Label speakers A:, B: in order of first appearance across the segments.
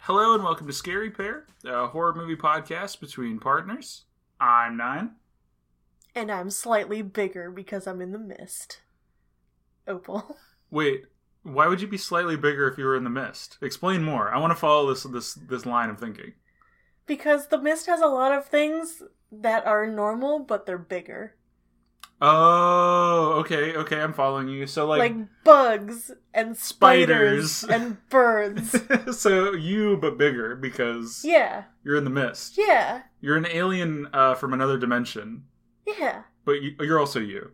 A: Hello and welcome to Scary Pair, a horror movie podcast between partners. I'm Nine.
B: And I'm slightly bigger because I'm in the mist. Opal.
A: Wait, why would you be slightly bigger if you were in the mist? Explain more. I want to follow this this this line of thinking.
B: Because the mist has a lot of things that are normal, but they're bigger.
A: Oh, okay, okay, I'm following you. So
B: Like,
A: like,
B: bugs and spiders,
A: Spiders.
B: and birds.
A: so you but bigger because
B: yeah,
A: you're in the mist.
B: yeah,
A: You're an alien uh, from another dimension,
B: yeah.
A: but you, you're also you,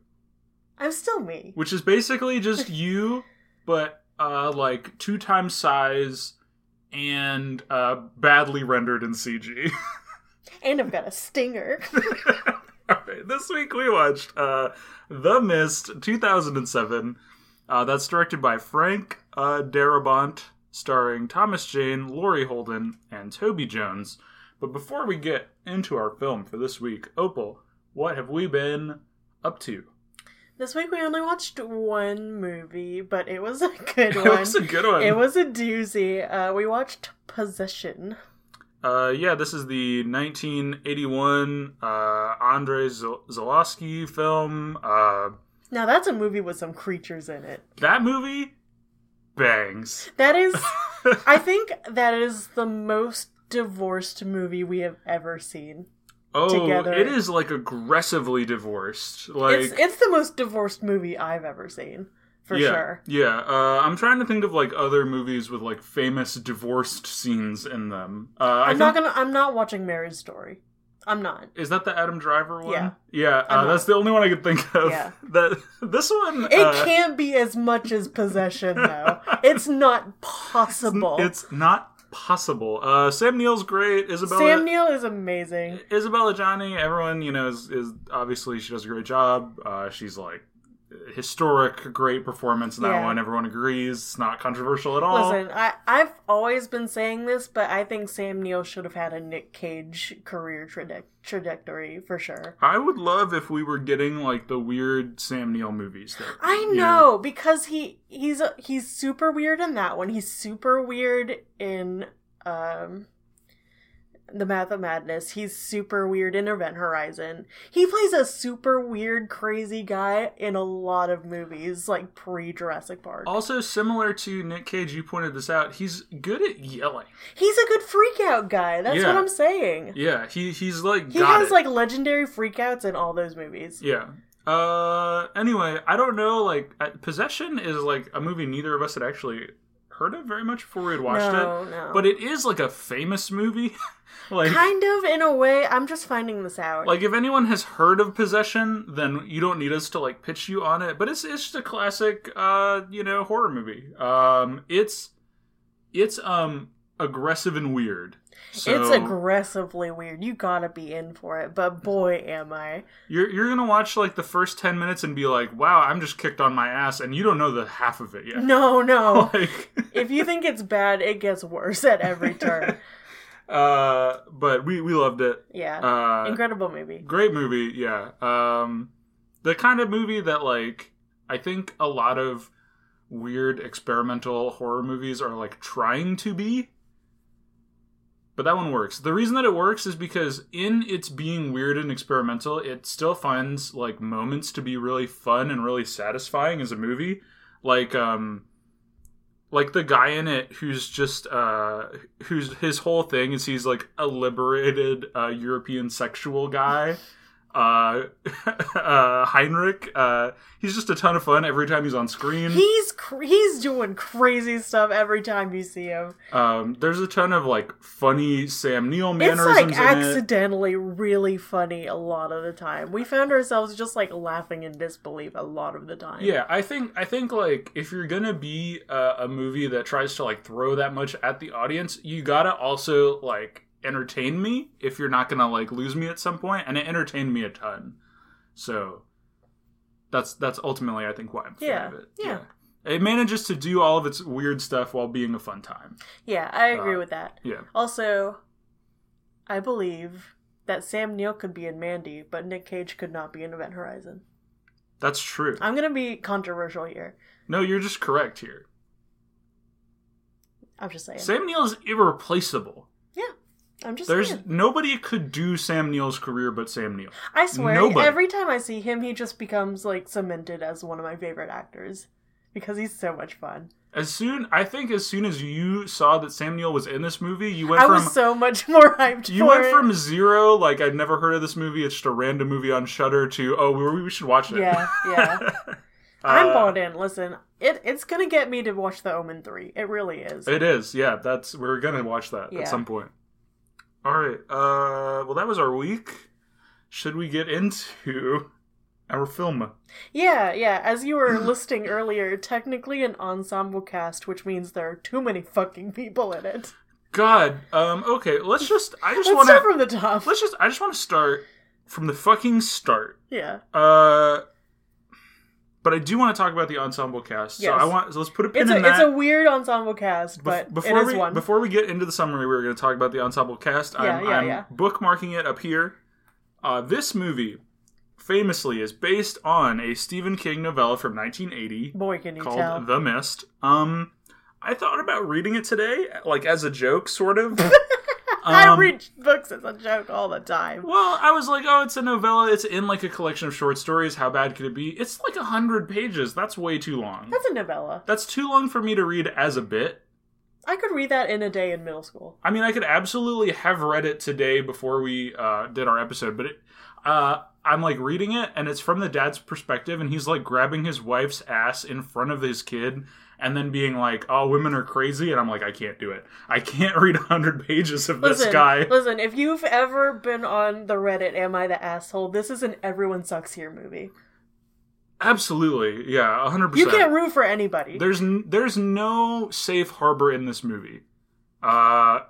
B: I'm still me.
A: which is basically just you, but uh, like two times size and uh, badly rendered in CG.
B: And I've got a stinger.
A: All right, this week we watched uh, The Mist 2007. Uh, that's directed by Frank uh, Darabont, starring Thomas Jane, Laurie Holden, and Toby Jones. But before we get into our film for this week, Opal, what have we been up to?
B: this week we only watched one movie, but it was a
A: It
B: good one.
A: was a good one.
B: It was a doozy. Uh, we watched Possession.
A: Uh, yeah, this is the 1981 uh, Andrei Zol- Zolowski film. Uh,
B: Now that's a movie with some creatures in it.
A: that movie bangs.
B: That is, I think that is the most divorced movie we have ever seen.
A: Oh,
B: together.
A: it is like aggressively divorced. Like
B: it's it's the most divorced movie I've ever seen for
A: yeah,
B: sure.
A: Yeah, uh, I'm trying to think of like other movies with like famous divorced scenes in them. Uh, I
B: I'm
A: think,
B: not gonna. I'm not watching Marriage Story. I'm not.
A: Is that the Adam Driver one?
B: Yeah.
A: yeah.
B: I'm
A: Uh, that's the only one I could think of.
B: Yeah.
A: That this one.
B: It
A: uh,
B: can't be as much as possession though. it's not possible.
A: It's not possible. Uh, Sam Neill's great. Isabella.
B: Sam Neill is amazing.
A: Isabella Johnny, everyone you know is, is obviously she does a great job. Uh, she's like historic, great performance in that
B: Yeah.
A: one. Everyone agrees. It's not controversial at all.
B: Listen, I, I've always been saying this, but I think Sam Neill should have had a Nick Cage career traje- trajectory for sure.
A: I would love if we were getting like the weird Sam Neill movies. Though.
B: I
A: You
B: know because he he's he's super weird in that one. He's super weird in um the Math of Madness. He's super weird in Event Horizon. He plays a super weird, crazy guy in a lot of movies, like pre Jurassic Park.
A: Also, similar to Nick Cage, you pointed this out. He's good at yelling.
B: He's a good freakout guy. That's
A: Yeah.
B: what I'm saying.
A: Yeah, he he's like
B: He
A: got
B: has
A: it.
B: like legendary freakouts in all those movies.
A: yeah. Uh, anyway, I don't know. Like, I- Possession is like a movie neither of us had actually heard of very much before we had watched it.
B: no, no.
A: but it is like a famous movie. like
B: kind of in a way, I'm just finding this out.
A: like if anyone has heard of Possession, then you don't need us to like pitch you on it. But it's it's just a classic uh, you know, horror movie. Um it's it's um aggressive and weird. So
B: It's aggressively weird. You gotta be in for it, but boy, am I.
A: you're you're gonna watch like the first ten minutes and be like, Wow, I'm just kicked on my ass and you don't know the half of it yet.
B: No, no.
A: Like
B: if you think it's bad, it gets worse at every turn.
A: uh but we we loved it.
B: Yeah.
A: Uh
B: Incredible movie.
A: great movie yeah um the kind of movie that like i think a lot of weird experimental horror movies are like trying to be but that one works the reason that it works is because in its being weird and experimental it still finds like moments to be really fun and really satisfying as a movie like um like the guy in it who's just uh who's his whole thing is he's like a liberated uh european sexual guy uh uh heinrich uh he's just a ton of fun every time he's on screen
B: He's cr- he's doing crazy stuff every time you see him.
A: um there's a ton of like funny sam neill
B: It's
A: mannerisms
B: like
A: in it
B: accidentally really funny a lot of the time. We found ourselves just like laughing in disbelief a lot of the time.
A: Yeah, I think I think like if you're gonna be a, a movie that tries to like throw that much at the audience, you gotta also like entertain me if you're not gonna like lose me at some point, and it entertained me a ton. So that's that's ultimately I think why I'm a fan
B: Yeah,
A: of it.
B: yeah.
A: It manages to do all of its weird stuff while being a fun time.
B: Yeah, I agree
A: Uh,
B: with that.
A: yeah.
B: Also, I believe that Sam Neill could be in Mandy, but Nick Cage could not be in Event Horizon.
A: That's true.
B: I'm gonna be controversial here.
A: No, you're just correct here.
B: I'm just saying.
A: Sam Neill is irreplaceable.
B: I'm just
A: There's
B: saying.
A: nobody could do Sam Neill's career but Sam Neill.
B: I swear,
A: nobody.
B: every time I see him, he just becomes like cemented as one of my favorite actors because he's so much fun.
A: As soon I think as soon as you saw that Sam Neill was in this movie, you went
B: I
A: from
B: was so much more hyped.
A: you
B: for
A: went
B: it.
A: from zero, like I've never heard of this movie, it's just a random movie on Shutter to oh we, we should watch it.
B: yeah, yeah.
A: Uh,
B: I'm bought in. Listen, it it's gonna get me to watch The Omen three. It really is.
A: It is, yeah. That's we're gonna watch that
B: Yeah.
A: at some point. All right. Uh, well, that was our week. Should we get into our film?
B: Yeah, yeah. As you were listing earlier, technically an ensemble cast, which means there are too many fucking people in it.
A: God. Um. Okay. Let's just. I just
B: Let's
A: want
B: start
A: to.
B: from the top.
A: Let's just. I just want to start from the fucking start.
B: Yeah,
A: Uh. But I do want to talk about the ensemble cast.
B: Yes.
A: So I want. So let's put a pin
B: it's
A: in
B: a
A: that.
B: it's a weird ensemble cast,
A: Bef-
B: but
A: before
B: it is
A: we
B: one.
A: before we get into the summary, we are going to talk about the ensemble cast. I'm,
B: Yeah, yeah,
A: I'm
B: yeah.
A: bookmarking it up here. Uh, this movie famously is based on a Stephen King novella from 1980
B: Boy, can you
A: called
B: tell?
A: The Mist. Um, I thought about reading it today, like as a joke, sort of.
B: I
A: Um,
B: read books as a joke all the time.
A: Well, I was like, oh, it's a novella. It's in like a collection of short stories. How bad could it be? It's like a hundred pages. That's way too long.
B: That's a novella.
A: That's too long for me to read as a bit.
B: I could read that in a day in middle school.
A: I mean, I could absolutely have read it today before we uh, did our episode, but it, uh, I'm like reading it, and it's from the dad's perspective, and he's like grabbing his wife's ass in front of his kid, and then being like, "Oh, women are crazy," and I'm like, "I can't do it. I can't read hundred pages of
B: Listen,
A: this guy."
B: listen. If you've ever been on the Reddit, "Am I the asshole?" This is an everyone sucks here movie.
A: Absolutely, yeah, hundred
B: You can't
A: percent.
B: root for anybody.
A: There's n- there's no safe harbor in this movie, uh,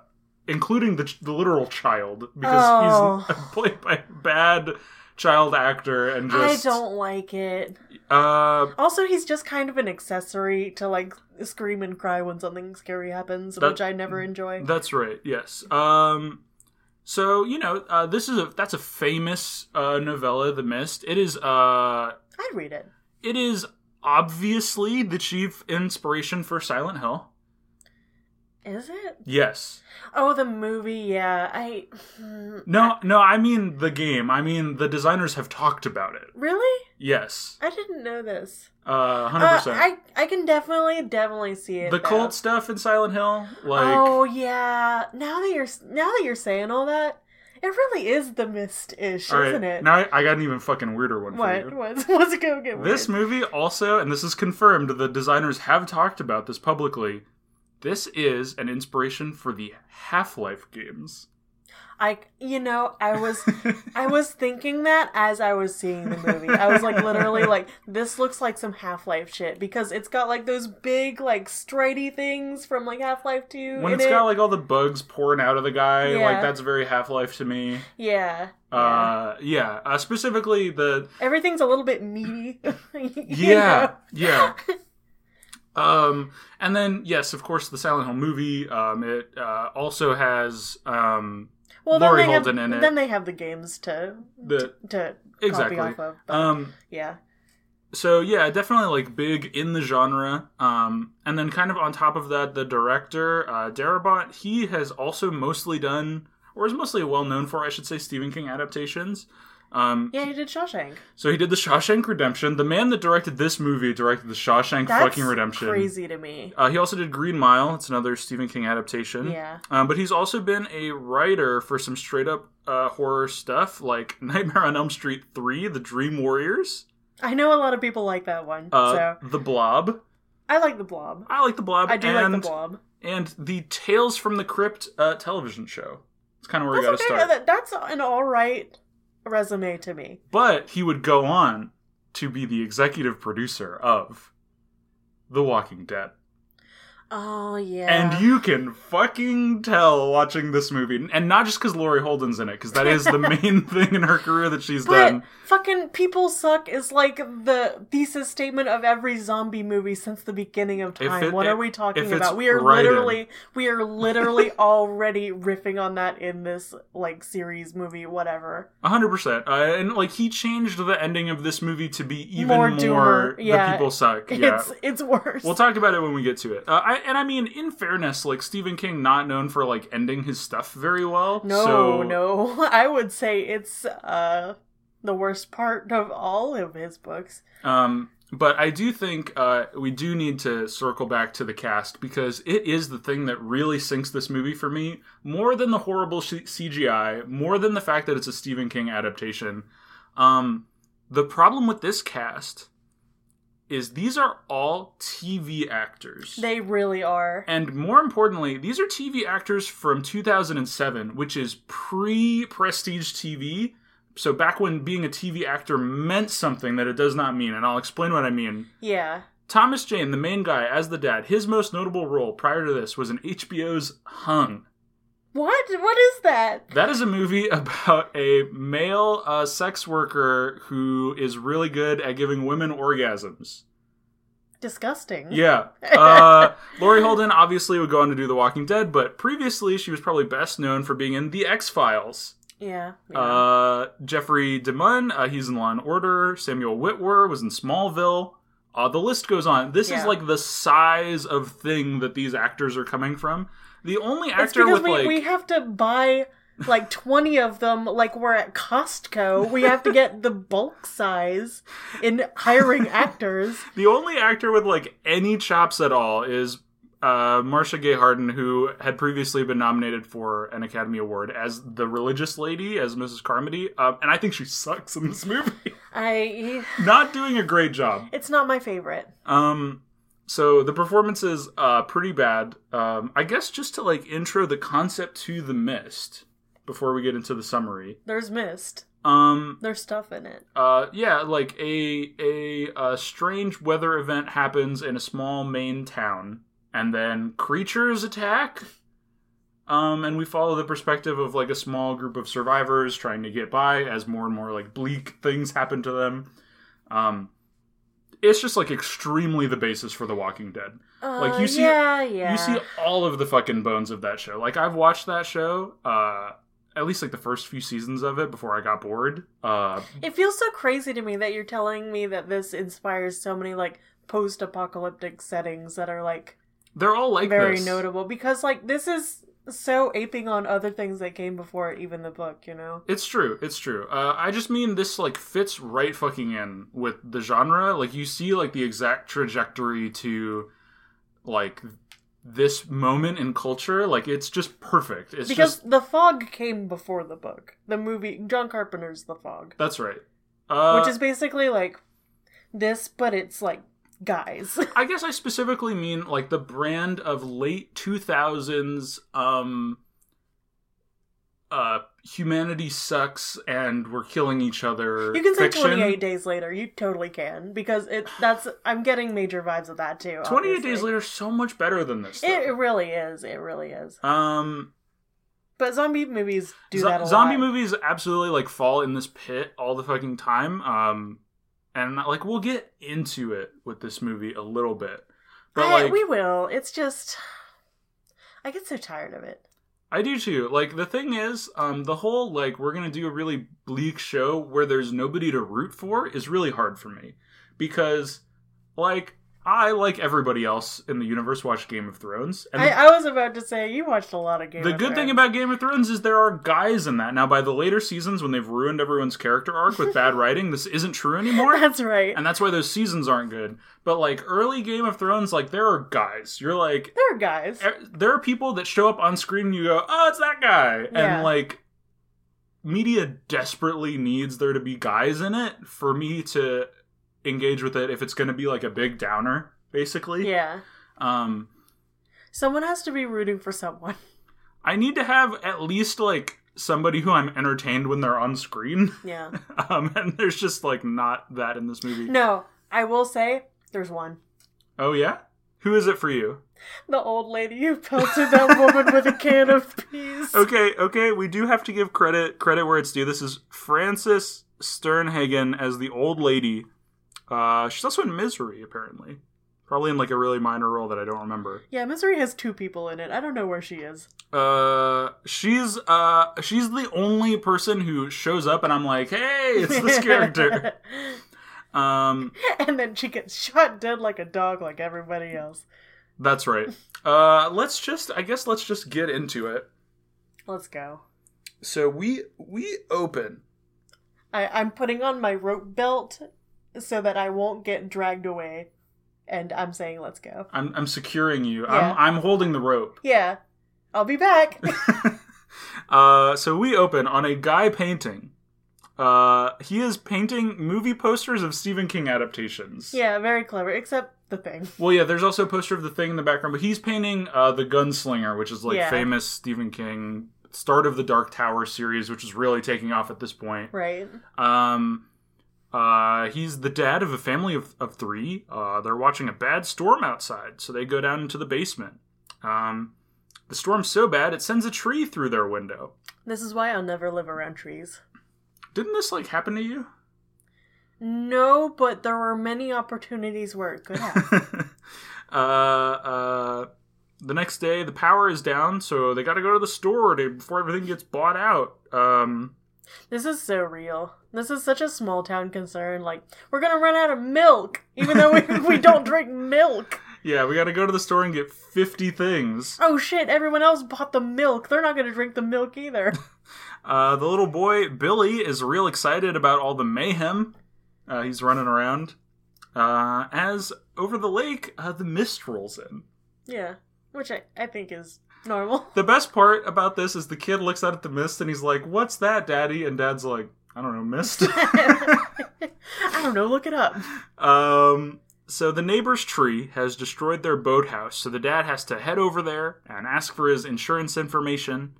A: including the, ch- the literal child because he's played by a bad child actor and just
B: Oh. I don't like it.
A: Uh,
B: Also, he's just kind of an accessory to like scream and cry when something scary happens,
A: That-
B: which I never enjoy.
A: that's right. Yes. Um, so you know, uh, this is a that's a famous uh, novella, The Mist. It is uh,
B: I'd read it.
A: it is obviously the chief inspiration for Silent Hill.
B: Is it?
A: Yes.
B: Oh, the movie. Yeah, I. hmm.
A: No, no. I mean the game. I mean the designers have talked about it.
B: Really?
A: Yes.
B: I didn't know this.
A: Uh, hundred
B: Uh,
A: percent.
B: I I can definitely definitely see it.
A: The
B: though.
A: cult stuff in Silent Hill, like
B: oh yeah. Now that you're now that you're saying all that, it really is the mist ish,
A: all right,
B: isn't it?
A: Now I, I got an even fucking weirder one for you.
B: what? What's what's it gonna get
A: This
B: weird?
A: movie also, and this is confirmed, the designers have talked about this publicly. This is an inspiration for the Half Life games.
B: I you know I was I was thinking that as I was seeing the movie. I was like literally like this looks like some Half-Life shit because it's got like those big like stritey things from like Half-Life 2
A: When
B: in
A: it's
B: it.
A: got like all the bugs pouring out of the guy,
B: Yeah.
A: like that's very Half Life to me.
B: yeah. yeah.
A: Uh, yeah. Uh, specifically the
B: Everything's a little bit meaty. you
A: yeah
B: know?
A: yeah. Um, and then yes, of course, the Silent Hill movie. Um, it uh, also has um
B: Well, then
A: Laurie
B: they have-
A: Holden in it.
B: Then they have the games to
A: the
B: to
A: exactly
B: copy off of. but,
A: um
B: yeah.
A: so yeah definitely like big in the genre um and then kind of on top of that the director uh darabont he has also mostly done or is mostly well known for i should say stephen king adaptations um
B: Yeah, you did Shawshank.
A: so he did the shawshank redemption the man that directed this movie directed the shawshank
B: That's
A: fucking redemption
B: crazy to me.
A: Uh, he also did green mile it's another stephen king adaptation
B: Yeah.
A: um, but he's also been a writer for some straight up uh, horror stuff like nightmare on elm street 3 the dream warriors
B: I know a lot of people like that one.
A: uh,
B: so,
A: the blob
B: I like the blob.
A: I like the Blob.
B: I do
A: and,
B: like the blob.
A: And the Tales from the Crypt uh, television show. It's kind of where
B: That's
A: we
B: okay.
A: got to start.
B: That- That's an all right resume to me.
A: But he would go on to be the executive producer of The Walking Dead.
B: Oh yeah.
A: And you can fucking tell watching this movie, and not just because Laurie Holden's in it, because that is the main thing in her career that she's
B: but
A: done.
B: fucking people suck is like the thesis statement of every zombie movie since the beginning of
A: If
B: time.
A: it-
B: what are
A: if-
B: we
A: if
B: talking
A: it's
B: about? We are
A: right in.
B: literally we are literally already riffing on that in this like series movie whatever.
A: A hundred percent. Uh, and like he changed the ending of this movie to be even
B: More
A: more,
B: doomer. Yeah.
A: the people suck. Yeah,
B: It's it's worse.
A: We'll talk about it when we get to it. Uh, I, I, and I mean, in fairness, like Stephen King, not known for like ending his stuff very well.
B: No,
A: so,
B: no. I would say it's uh the worst part of all of his books.
A: Um, but I do think uh, we do need to circle back to the cast because it is the thing that really sinks this movie for me more than the horrible sh- CGI, more than the fact that it's a Stephen King adaptation. Um, the problem with this cast is these are all TV actors.
B: They really are.
A: and more importantly, these are TV actors from 2007, which is pre prestige TV. So, back when being a TV actor meant something that it does not mean, and I'll explain what I mean.
B: Yeah.
A: Thomas Jane, the main guy, as the dad, his most notable role prior to this was in HBO's Hung.
B: What? What is that?
A: That is a movie about a male uh, sex worker who is really good at giving women orgasms.
B: Disgusting.
A: Yeah. Uh, Lori Holden obviously would go on to do The Walking Dead, but previously she was probably best known for being in The X Files.
B: Yeah. yeah.
A: Uh, Jeffrey DeMunn, uh, he's in Law and Order. Samuel Whitwer was in Smallville. Uh, the list goes on. This is
B: Yeah.
A: like the size of thing that these actors are coming from. The only
B: it's
A: actor
B: because
A: with
B: we,
A: like
B: we have to buy like 20 of them like we're at Costco. We have to get the bulk size in hiring actors.
A: the only actor with like any chops at all is uh, Marcia Gay Harden, who had previously been nominated for an Academy Award as the religious lady, as Mrs. Carmody, um, and I think she sucks in this movie.
B: I
A: Not doing a great job.
B: it's not my favorite.
A: Um, so the performance is uh, pretty bad. Um, I guess just to like intro the concept to the mist before we get into the summary.
B: There's mist.
A: Um,
B: There's stuff in it.
A: uh, yeah, like a, a uh strange weather event happens in a small Maine town, and then creatures attack. Um, and we follow the perspective of like a small group of survivors trying to get by as more and more like bleak things happen to them. Um, it's just like extremely the basis for The Walking Dead. Like,
B: Uh,
A: you see-
B: yeah, yeah.
A: You see all of the fucking bones of that show. Like I've watched that show, uh, at least like the first few seasons of it before I got bored. Uh,
B: It feels so crazy to me that you're telling me that this inspires so many like post-apocalyptic settings that are like
A: they're all like
B: very
A: this.
B: notable because like this is so aping on other things that came before even the book, you know.
A: It's true. It's true. Uh, I just mean this like fits right fucking in with the genre. Like you see like the exact trajectory to like this moment in culture. Like it's just perfect. It's
B: because
A: just
B: the fog came before the book. The movie John Carpenter's The Fog,
A: that's right. Uh,
B: which is basically like this but it's like guys.
A: I guess I specifically mean like the brand of late 2000s um uh humanity sucks and we're killing each other.
B: You can say
A: fiction.
B: 28 days later. You totally can because it that's I'm getting major vibes of that too.
A: 28
B: obviously.
A: days later is so much better than this.
B: It, it
A: though.
B: really is. It really is.
A: um
B: But zombie movies do
A: zo-
B: that a
A: zombie
B: lot.
A: movies absolutely like fall in this pit all the fucking time. Um and like we'll get into it with this movie a little bit. But
B: I-
A: like
B: we will. It's just I get so tired of it.
A: I do too. Like the thing is, um, the whole like we're gonna do a really bleak show where there's nobody to root for is really hard for me because, like, I like everybody else in the universe watch Game of Thrones, and
B: I,
A: the,
B: I was about to say you watched a lot of games.
A: the good thing about Game of Thrones is there are guys in that. Now, by the later seasons, when they've ruined everyone's character arc with bad writing, this isn't true anymore.
B: that's right.
A: And that's why those seasons aren't good. But like early Game of Thrones, like there are guys. You're like,
B: They're guys.
A: er- there are people that show up on screen and you go, oh, it's that guy.
B: Yeah.
A: And like, media desperately needs there to be guys in it for me to engage with it if it's going to be like a big downer, basically.
B: Yeah.
A: Um,
B: Someone has to be rooting for someone.
A: I need to have at least like somebody who I'm entertained when they're on screen.
B: Yeah.
A: Um, and there's just like not that in this movie.
B: No, I will say there's one.
A: Oh, yeah? Who is it for you?
B: The old lady who pelted that woman with a can of peas.
A: Okay, okay, we do have to give credit credit where it's due. This is Frances Sternhagen as the old lady. Uh, she's also in Misery, apparently. Probably in like a really minor role that I don't remember.
B: Yeah, Misery has two people in it. I don't know where she is.
A: Uh, she's uh, she's the only person who shows up, and I'm like, hey, it's this character. Um,
B: and then she gets shot dead like a dog, like everybody else.
A: That's right. Uh, let's just, I guess, let's just get into it.
B: Let's go.
A: So we we open.
B: I, I'm putting on my rope belt so that I won't get dragged away, and I'm saying, let's go.
A: I'm I'm securing you.
B: Yeah.
A: I'm I'm holding the rope.
B: Yeah, I'll be back.
A: Uh, so we open on a guy painting. Uh, he is painting movie posters of Stephen King adaptations.
B: yeah, very clever, except the thing.
A: Well, yeah. There's also a poster of the thing in the background, but he's painting uh, the Gunslinger, which is like
B: Yeah.
A: famous Stephen King start of the Dark Tower series, which is really taking off at this point.
B: Right.
A: Um, uh, he's the dad of a family of, of three. Uh, they're watching a bad storm outside, so they go down into the basement. Um, the storm's so bad it sends a tree through their window.
B: This is why I'll never live around trees.
A: Didn't this like happen to you?
B: No, but there were many opportunities where it could have.
A: uh, uh, the next day, the power is down, so they got to go to the store to, before everything gets bought out. Um,
B: this is so real. This is such a small town concern. Like, we're gonna run out of milk, even though we, we don't drink milk.
A: yeah, we got to go to the store and get fifty things.
B: Oh shit, everyone else bought the milk. They're not gonna drink the milk either.
A: Uh, the little boy Billy is real excited about all the mayhem. Uh, he's running around. Uh, as over the lake, uh, the mist rolls in.
B: yeah, which I, I think is normal.
A: The best part about this is the kid looks out at the mist and he's like, "What's that, Daddy?" And Dad's like, "I don't know, mist."
B: I don't know, look it up.
A: um, so the neighbor's tree has destroyed their boathouse, so the dad has to head over there and ask for his insurance information.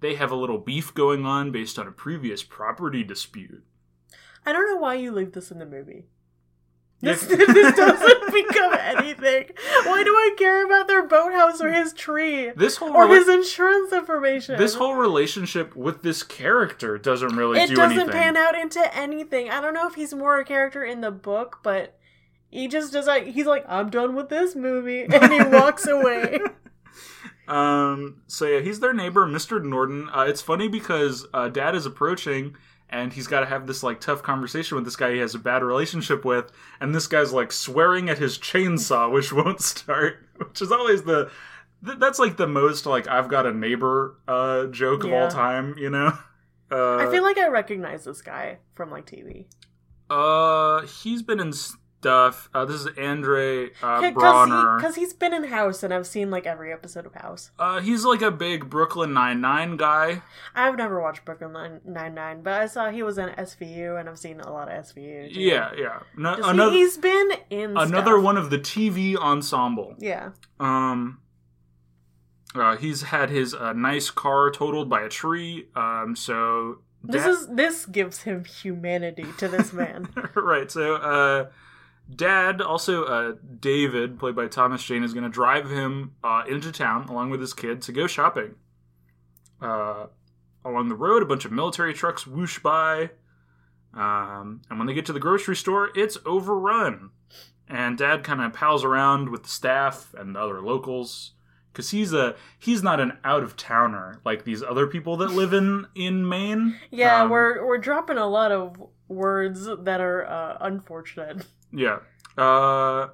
A: They have a little beef going on based on a previous property dispute.
B: I don't know why you leave this in the movie.
A: Yeah.
B: This, this doesn't become anything. Why do I care about their boathouse or his tree?
A: This whole
B: Or
A: rela-
B: his insurance information.
A: This whole relationship with this character doesn't really
B: it
A: do
B: doesn't
A: anything.
B: pan out into anything. I don't know if he's more a character in the book, but he just does like he's like, I'm done with this movie and he walks away.
A: Um, so yeah, he's their neighbor, Mr. Norton. Uh, it's funny because uh, Dad is approaching, and he's got to have this like tough conversation with this guy he has a bad relationship with, and this guy's like swearing at his chainsaw, which won't start, which is always the. th- That's like the most like I've got a neighbor uh, joke of
B: Yeah.
A: all time, you know. Uh,
B: I feel like I recognize this guy from like TV.
A: uh, he's been in stuff. Uh, this is Andre uh,
B: Because
A: Bronner.
B: he's been in House and I've seen like every episode of House.
A: Uh, he's like a big Brooklyn Nine Nine guy.
B: I've never watched Brooklyn Nine Nine, but I saw he was in SVU, and I've seen a lot of SVU. too.
A: Yeah, yeah. No,
B: Just he-
A: another
B: he's been in
A: another
B: stuff.
A: one of the TV ensemble.
B: Yeah,
A: Um, uh, he's had his uh, nice car totaled by a tree. Um, so
B: this
A: da-
B: is this gives him humanity to this man.
A: right. So uh, Dad, also uh, David, played by Thomas Jane, is going to drive him uh, into town along with his kid to go shopping. Uh, along the road, a bunch of military trucks whoosh by. Um, and when they get to the grocery store, it's overrun. And Dad kind of pals around with the staff and the other locals because he's a he's not an out of towner like these other people that live in in Maine.
B: Yeah,
A: Um,
B: we're we're dropping a lot of words that are uh, unfortunate.
A: Yeah. Uh,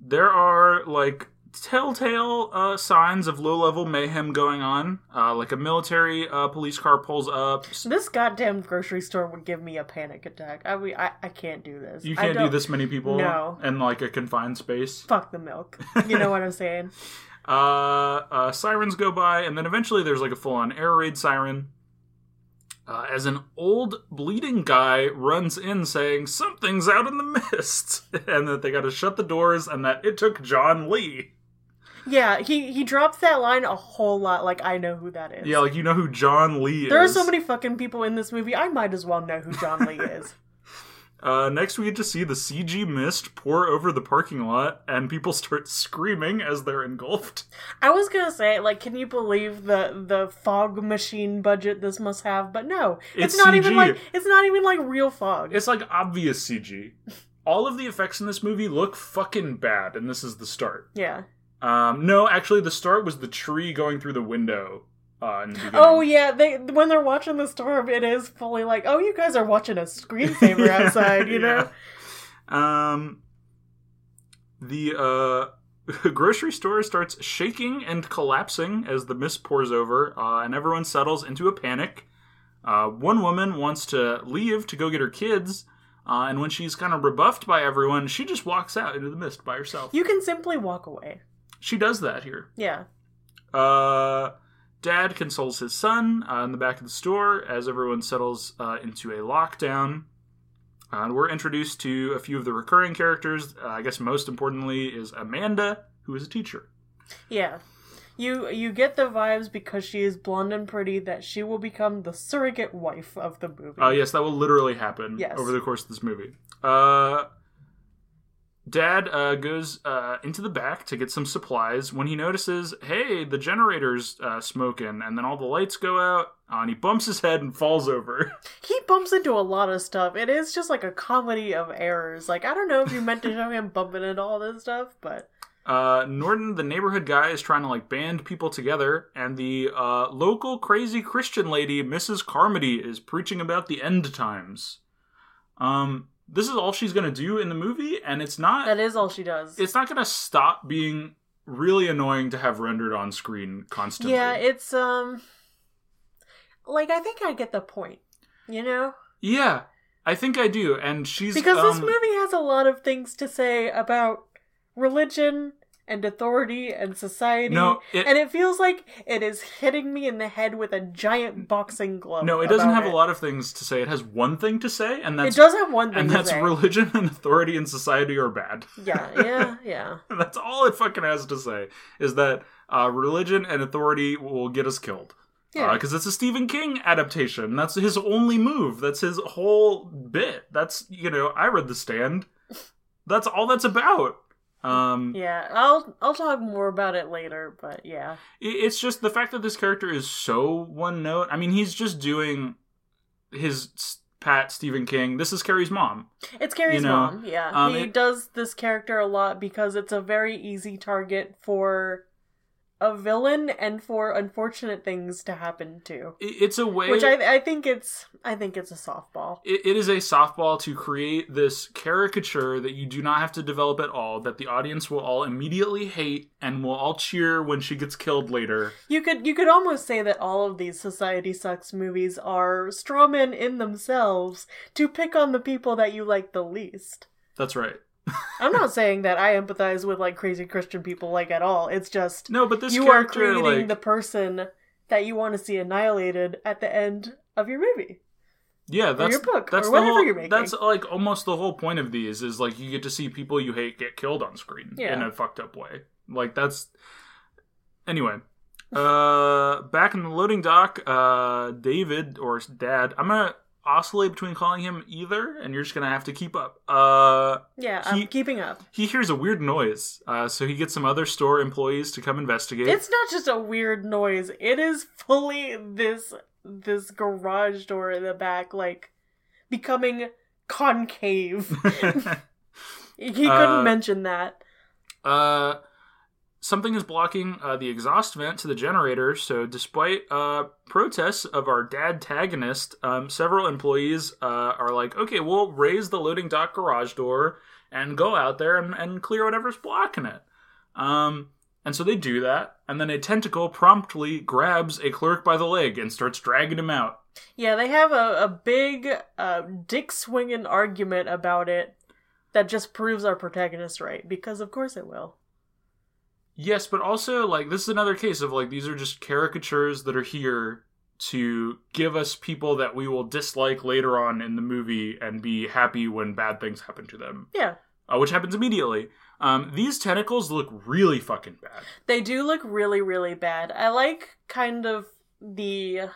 A: there are like telltale uh, signs of low-level mayhem going on. Uh, like a military uh, police car pulls up. S-
B: This goddamn grocery store would give me a panic attack. I mean, I, I can't do this.
A: You
B: I
A: can't do
B: don't-
A: this many people
B: No.
A: in like a confined space.
B: Fuck the milk. You know what I'm saying?
A: Uh, uh, sirens go by, and then eventually there's like a full-on air raid siren. Uh, as an old bleeding guy runs in saying something's out in the mist, and that they got to shut the doors, and that it took John Lee.
B: Yeah, he he drops that line a whole lot. Like I know who that is.
A: Yeah, like you know who John Lee
B: There are
A: is.
B: so many fucking people in this movie. I might as well know who John Lee is.
A: Uh, next, we get to see the CG mist pour over the parking lot, and people start screaming as they're engulfed.
B: I was gonna say, like, can you believe the the fog machine budget this must have? But no, it's,
A: It's
B: not
A: CG.
B: even like it's not even like real fog.
A: It's like obvious CG. All of the effects in this movie look fucking bad, and this is the start.
B: yeah.
A: Um, no, actually, the start was the tree going through the window. Uh, in the beginning.
B: Oh yeah, they when they're watching the storm, it is fully like, oh, you guys are watching a screensaver
A: Yeah,
B: outside, you know?
A: yeah. Um, the uh, The grocery store starts shaking and collapsing as the mist pours over, uh, and everyone settles into a panic. Uh, one woman wants to leave to go get her kids, uh, and when she's kind of rebuffed by everyone, she just walks out into the mist by herself.
B: You can simply walk away.
A: She does that here.
B: Yeah.
A: Uh, Dad consoles his son uh, in the back of the store as everyone settles uh, into a lockdown. Uh, and we're introduced to a few of the recurring characters. Uh, I guess most importantly is Amanda, who is a teacher.
B: Yeah. You you get the vibes because she is blonde and pretty that she will become the surrogate wife of the movie.
A: Uh, yes, that will literally happen
B: Yes.
A: over the course of this movie. Uh, Dad uh, goes uh, into the back to get some supplies when he notices, hey, the generator's uh, smoking, and then all the lights go out, uh, and he bumps his head and falls over.
B: He bumps into a lot of stuff. It is just like a comedy of errors. Like I don't know if you meant to show him bumping into all this stuff, but
A: Uh, Norton, the neighborhood guy, is trying to like band people together, and the uh, local crazy Christian lady, Mrs. Carmody, is preaching about the end times. Um, this is all she's gonna do in the movie, and it's not
B: that is all she does.
A: it's not gonna stop being really annoying to have rendered on screen constantly.
B: yeah, it's um like I think I get the point. You know?
A: yeah, I think I do, and she's
B: Because this
A: um,
B: movie has a lot of things to say about religion and authority and society.
A: No, it-
B: and it feels like it is hitting me in the head with a giant boxing glove.
A: No, it doesn't
B: about
A: have a
B: it.
A: lot of things to say. It has one thing to say, and
B: It
A: that's
B: does have one thing
A: and
B: to
A: that's
B: say.
A: religion and authority and society are bad.
B: yeah, yeah, yeah.
A: That's all it fucking has to say is that uh, religion and authority will get us killed.
B: Yeah.
A: Because it's a Stephen King adaptation. That's his only move. That's his whole bit. That's, you know, I read The Stand. That's all that's about. Um,
B: yeah, I'll I'll talk more about it later, but
A: i-
B: yeah.
A: It's just the fact that this character is so one note. I mean, he's just doing his s- Pat Stephen King. This is Carrie's mom.
B: It's Carrie's
A: You know,
B: mom, yeah.
A: um,
B: he
A: it-
B: does this character a lot because it's a very easy target for a villain and for unfortunate things to happen to.
A: I- It's a way.
B: Which I I think it's I think it's a softball.
A: it, it is a softball to create this caricature that you do not have to develop at all that the audience will all immediately hate and will all cheer when she gets killed later
B: You could you could almost say that all of these society sucks movies are straw men in themselves to pick on the people that you like the least.
A: that's right
B: I'm not saying that I empathize with like crazy Christian people like at all. It's just
A: no but this
B: you are
A: character
B: creating
A: like
B: the person that you want to see annihilated at the end of your movie.
A: yeah that's
B: your book,
A: that's the
B: or whatever
A: whole,
B: you're making.
A: that's like almost the whole point of these is like you get to see people you hate get killed on screen
B: Yeah.
A: in a fucked up way like that's anyway uh back in the loading dock uh david or dad i'm gonna oscillate between calling him either and you're just gonna have to keep up uh
B: Yeah,
A: He-
B: I'm keeping up.
A: he hears a weird noise, uh, so he gets some other store employees to come investigate.
B: It's not just a weird noise. It is fully this this garage door in the back like becoming concave. He couldn't
A: Uh,
B: mention that.
A: uh, something is blocking uh, the exhaust vent to the generator, so despite uh, protests of our dad tagonist, um, several employees uh, are like, okay, we'll raise the loading dock garage door and go out there and, and clear whatever's blocking it. Um, and so they do that, and then a tentacle promptly grabs a clerk by the leg and starts dragging him out.
B: Yeah, they have a, a big uh, dick swinging argument about it that just proves our protagonist right because of course it will.
A: Yes, but also like this is another case of like these are just caricatures that are here to give us people that we will dislike later on in the movie and be happy when bad things happen to them,
B: Yeah,
A: uh, which happens immediately. Um, these tentacles look really fucking bad.
B: they do look really really bad. I like kind of the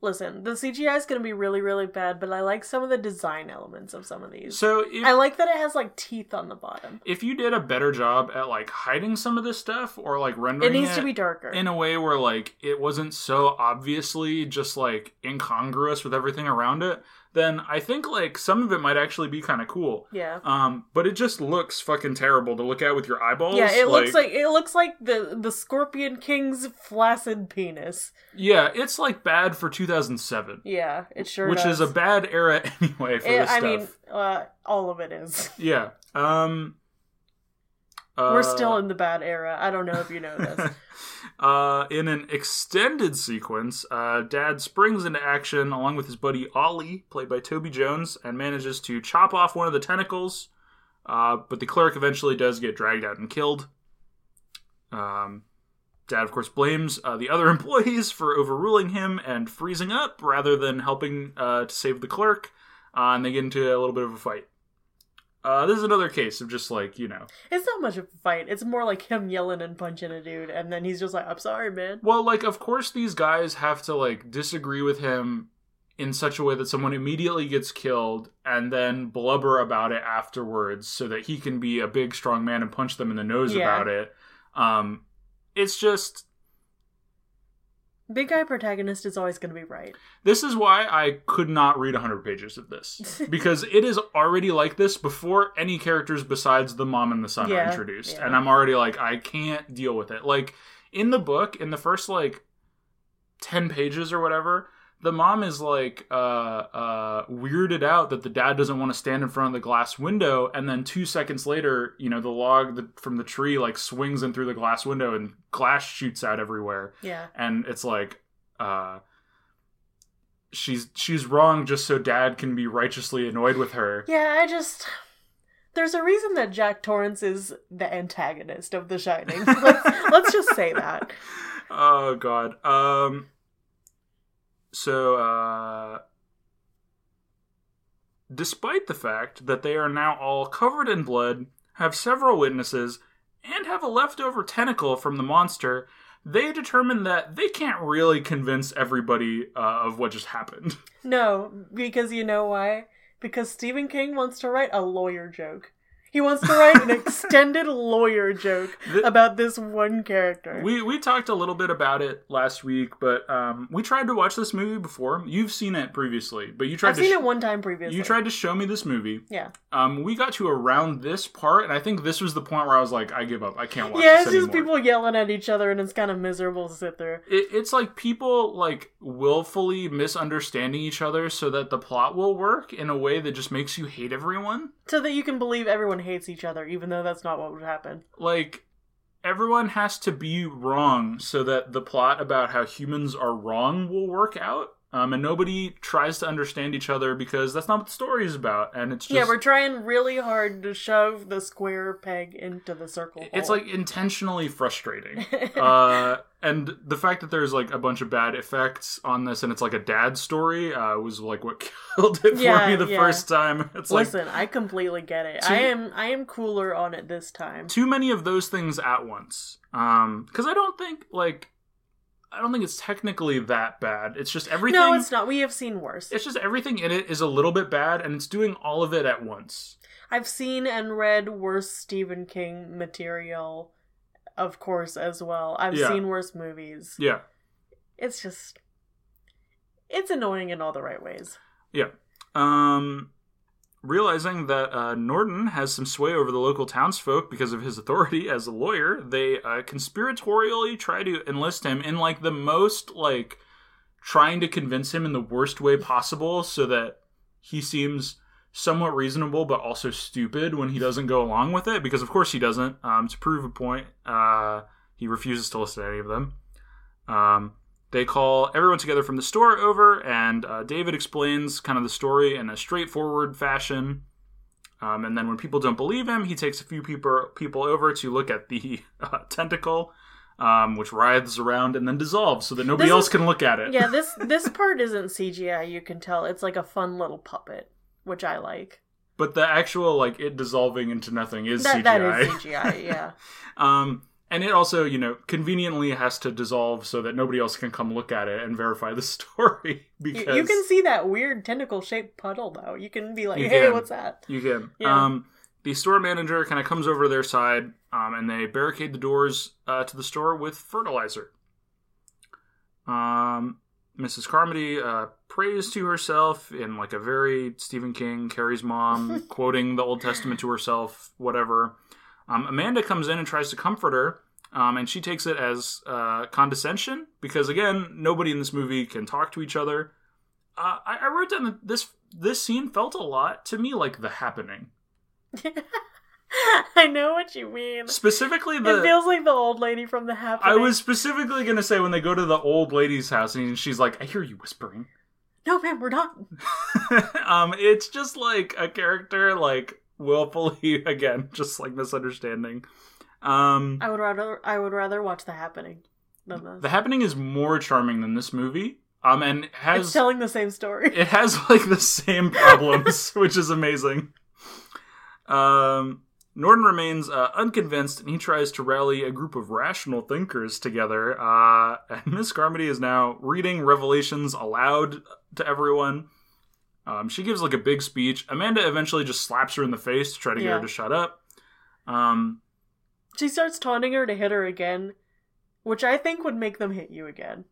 B: listen. The CGI is going to be really really bad, but I like some of the design elements of some of these.
A: So if
B: I like that it has like teeth on the bottom.
A: if you did a better job at like hiding some of this stuff or like rendering
B: It needs to be darker.
A: in a way where like it wasn't so obviously just like incongruous with everything around it, then I think like some of it might actually be kind of cool.
B: yeah.
A: Um, but it just looks fucking terrible to look at with your eyeballs.
B: Yeah, it looks like it looks like the the Scorpion King's flaccid penis.
A: yeah, it's like bad for 2007,
B: Yeah, it sure
A: which
B: does.
A: is a bad era anyway for
B: It-
A: this
B: I
A: stuff.
B: mean, uh, all of it is.
A: yeah. Um,
B: We're still in the bad era. I don't know if you know this.
A: uh, in an extended sequence, uh, Dad springs into action along with his buddy Ollie, played by Toby Jones, and manages to chop off one of the tentacles. Uh, but the cleric eventually does get dragged out and killed. Um, Dad, of course, blames uh, the other employees for overruling him and freezing up rather than helping uh, to save the clerk. Uh, and they get into a little bit of a fight. Uh, this is another case of just like, you know,
B: It's not much of a fight. It's more like him yelling and punching a dude, and then he's just like, "I'm sorry, man."
A: Well, like, of course, these guys have to like disagree with him in such a way that someone immediately gets killed and then blubber about it afterwards, so that he can be a big, strong man and punch them in the nose
B: Yeah.
A: about it. Um, it's just
B: Big guy protagonist is always going to be right.
A: this is why I could not read 100 pages of this because it is already like this before any characters besides the mom and the son are
B: Yeah,
A: introduced,
B: yeah.
A: and I'm already like I can't deal with it. Like in the book, in the first like 10 pages or whatever, the mom is like uh, uh, weirded out that the dad doesn't want to stand in front of the glass window, and then two seconds later, you know, the log th- from the tree like swings in through the glass window and glass shoots out everywhere
B: Yeah,
A: and it's like uh she's she's wrong just so dad can be righteously annoyed with her
B: yeah. I just there's a reason that Jack Torrance is the antagonist of The Shining. let's, let's just say that.
A: oh god um so uh despite the fact that they are now all covered in blood have several witnesses and have a leftover tentacle from the monster they determine that they can't really convince everybody uh, of what just happened
B: No, because you know why? Because Stephen King wants to write a lawyer joke. He wants to write an extended lawyer joke
A: Th-
B: about this one character.
A: We we talked a little bit about it last week, but um, we tried to watch this movie before. You've seen it previously, but you tried
B: I've
A: to
B: seen
A: sh-
B: it one time previously.
A: you tried to show me this movie.
B: Yeah.
A: Um, we got to around this part, and I think this was the point where I was like, I give up. I can't watch.
B: Yeah, it's
A: this
B: just
A: anymore.
B: people yelling at each other, and it's kind of miserable to sit through.
A: It, it's like people like willfully misunderstanding each other so that the plot will work in a way that just makes you hate everyone.
B: So that you can believe everyone hates each other, even though that's not what would happen.
A: Like. Everyone has to be wrong so that the plot about how humans are wrong will work out. Um, and nobody tries to understand each other because that's not what the story is about. And it's just
B: yeah, we're trying really hard to shove the square peg into the circle.
A: it's
B: hole.
A: like intentionally frustrating. uh, and the fact that there's like a bunch of bad effects on this, and it's like a dad story, uh, was like what killed it for
B: Yeah,
A: me the
B: yeah.
A: first time. It's like
B: Listen, I completely get it.
A: Two-
B: I am I am cooler on it this time.
A: too many of those things at once. Um, because I don't think like I don't think it's technically that bad. It's just everything.
B: No, it's not. We have seen worse.
A: it's just everything in it is a little bit bad, and it's doing all of it at once.
B: I've seen and read worse Stephen King material, of course, as well. I've
A: Yeah.
B: seen worse movies.
A: Yeah.
B: It's just. It's annoying in all the right ways.
A: Um, realizing that uh, Norton has some sway over the local townsfolk because of his authority as a lawyer, they uh, conspiratorially try to enlist him in like the most like trying to convince him in the worst way possible, so that he seems somewhat reasonable but also stupid when he doesn't go along with it. Because of course he doesn't. Um, to prove a point, uh, he refuses to listen to any of them. Um, they call everyone together from the store over, and uh, David explains kind of the story in a straightforward fashion. Um, and then when people don't believe him, he takes a few people people over to look at the uh, tentacle, um, which writhes around and then dissolves, so that nobody
B: This
A: else
B: is-
A: can look at it.
B: Yeah, this this part isn't CGI. You can tell it's like a fun little puppet, which I like.
A: But the actual like it dissolving into nothing is
B: That
A: CGI.
B: that is CGI. Yeah,
A: Um, and it also, you know, conveniently has to dissolve so that nobody else can come look at it and verify the story.
B: you,
A: Because
B: you can see that weird tentacle shaped puddle though. You can be like,
A: You
B: hey,
A: can.
B: what's that?
A: You can.
B: Yeah.
A: Um, the store manager kind of comes over to their side, um, and they barricade the doors uh, to the store with fertilizer. Um, Mrs. Carmody uh, prays to herself in like a very Stephen King, Carrie's mom, quoting the Old Testament to herself, whatever. Um, Amanda comes in and tries to comfort her, um, and she takes it as uh, condescension because again, nobody in this movie can talk to each other uh, I, I wrote down that this this scene felt a lot to me like The Happening.
B: I know what you mean.
A: Specifically,
B: it
A: the
B: feels like the old lady from the happening.
A: I was specifically gonna say when they go to the old lady's house and she's like, "I hear you whispering."
B: No, man, we're not.
A: um, it's just like a character like willfully again, just like misunderstanding. Um,
B: I would rather I would rather watch the happening than this.
A: the happening is more charming than this movie. Um, and has
B: it's telling the same story.
A: it has like the same problems, which is amazing. Um, Norton remains uh, unconvinced, and he tries to rally a group of rational thinkers together. Uh, and Miss Carmody is now reading Revelations aloud to everyone. Um, she gives like a big speech. Amanda eventually just slaps her in the face to try to get
B: Yeah.
A: her to shut up. Um,
B: She starts taunting her to hit her again, which I think would make them hit you again.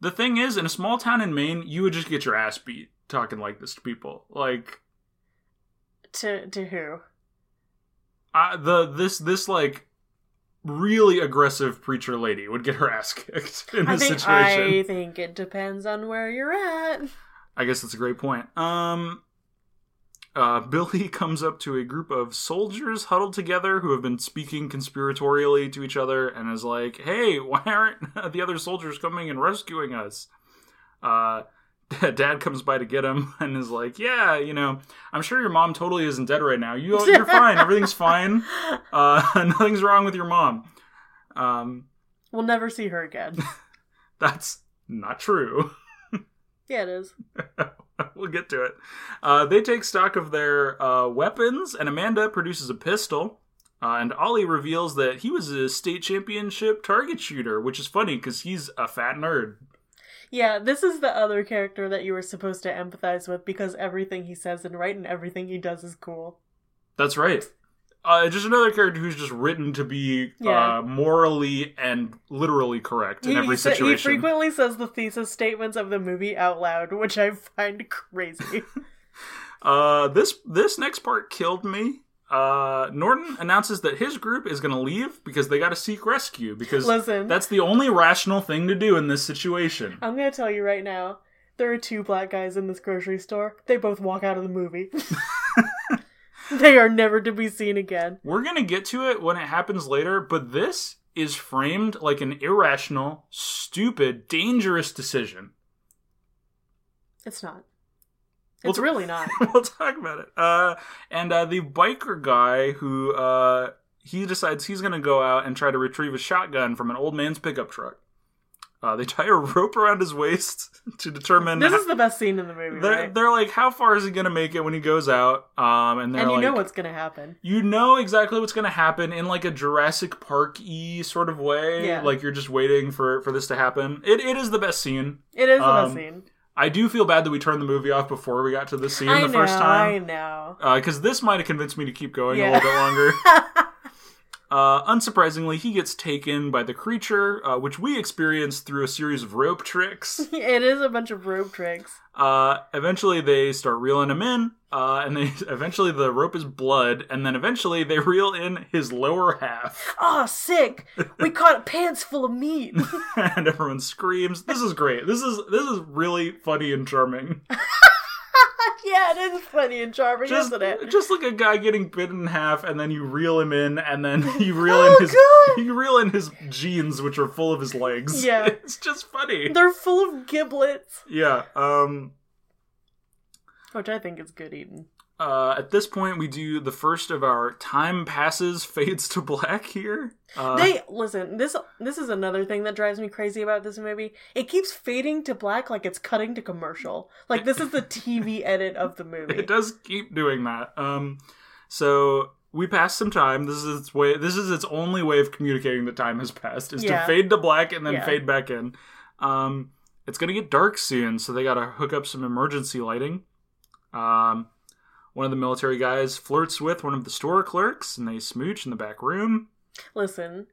A: the thing is, in a small town in Maine, you would just get your ass beat talking like this to people. Like,
B: To to who?
A: I, the this this like really aggressive preacher lady would get her ass kicked in
B: I
A: this
B: think
A: situation.
B: I think it depends on where you're at.
A: I guess that's a great point. Um, uh, Billy comes up to a group of soldiers huddled together who have been speaking conspiratorially to each other and is like, "Hey, why aren't the other soldiers coming and rescuing us?" Uh, Dad comes by to get him and is like, "Yeah, you know, I'm sure your mom totally isn't dead right now. You, you're fine. Everything's fine. Uh, nothing's wrong with your mom." Um,
B: We'll never see her again.
A: that's not true.
B: Yeah, it is.
A: we'll get to it. Uh, they take stock of their uh, weapons, and Amanda produces a pistol. Uh, and Ollie reveals that he was a state championship target shooter, which is funny because he's a fat nerd.
B: Yeah, this is the other character that you were supposed to empathize with because everything he says and right and everything he does is cool.
A: That's right. Uh, just another character who's just written to be
B: Yeah.
A: uh, morally and literally correct in
B: He-
A: every
B: he, sa- he
A: situation.
B: frequently says the thesis statements of the movie out loud, which I find crazy.
A: Uh, this this next part killed me. Uh, Norton announces that his group is going to leave because they got to seek rescue because
B: Listen,
A: that's the only rational thing to do in this situation.
B: I'm gonna tell you right now, there are two black guys in this grocery store. They both walk out of the movie. they are never to be seen again.
A: We're going to get to it when it happens later, but this is framed like an irrational, stupid, dangerous decision.
B: It's not.
A: Well,
B: It's really not.
A: we'll talk about it. Uh, and uh, the biker guy who uh, he decides he's going to go out and try to retrieve a shotgun from an old man's pickup truck. Uh, they tie a rope around his waist to determine.
B: This is the best scene in the movie,
A: they're,
B: right?
A: they're like, how far is he going to make it when he goes out? Um, and they're
B: and you
A: like,
B: know what's gonna happen.
A: you know exactly what's going to happen in like a Jurassic Park y sort of way.
B: Yeah.
A: Like you're just waiting for for this to happen. It it is the best scene.
B: It is the
A: Um,
B: best scene.
A: I do feel bad that we turned the movie off before we got to this scene
B: I
A: the
B: know.
A: first time
B: I know.
A: because Uh, this might have convinced me to keep going a
B: Yeah.
A: little bit longer. Uh, unsurprisingly, he gets taken by the creature, uh, which we experience through a series of rope tricks.
B: it is a bunch of rope tricks.
A: Uh, eventually, they start reeling him in, uh, and they eventually the rope is blood, and then eventually they reel in his lower half,
B: Oh, sick! We caught pants full of meat.
A: and everyone screams. This is great. This is this is really funny and charming.
B: yeah, it is funny and charming,
A: Just,
B: isn't it?
A: just like a guy getting bitten in half, and then you reel him in, and then you reel
B: Oh,
A: in his
B: God.
A: you reel in his jeans, which are full of his legs.
B: Yeah.
A: it's just funny.
B: They're full of giblets,
A: Yeah. Um.
B: which I think is good eating.
A: Uh. At this point, we do the first of our time passes fades to black here. Uh,
B: they listen. This this is another thing that drives me crazy about this movie. It keeps fading to black, like it's cutting to commercial. Like this is the TV edit of the movie.
A: it does keep doing that. Um. So we pass some time. This is its way. This is its only way of communicating that time has passed is to
B: Yeah.
A: fade to black and then
B: Yeah.
A: fade back in. Um. It's gonna get dark soon, so they gotta hook up some emergency lighting. Um. One of the military guys flirts with one of the store clerks, and they smooch in the back room.
B: Listen,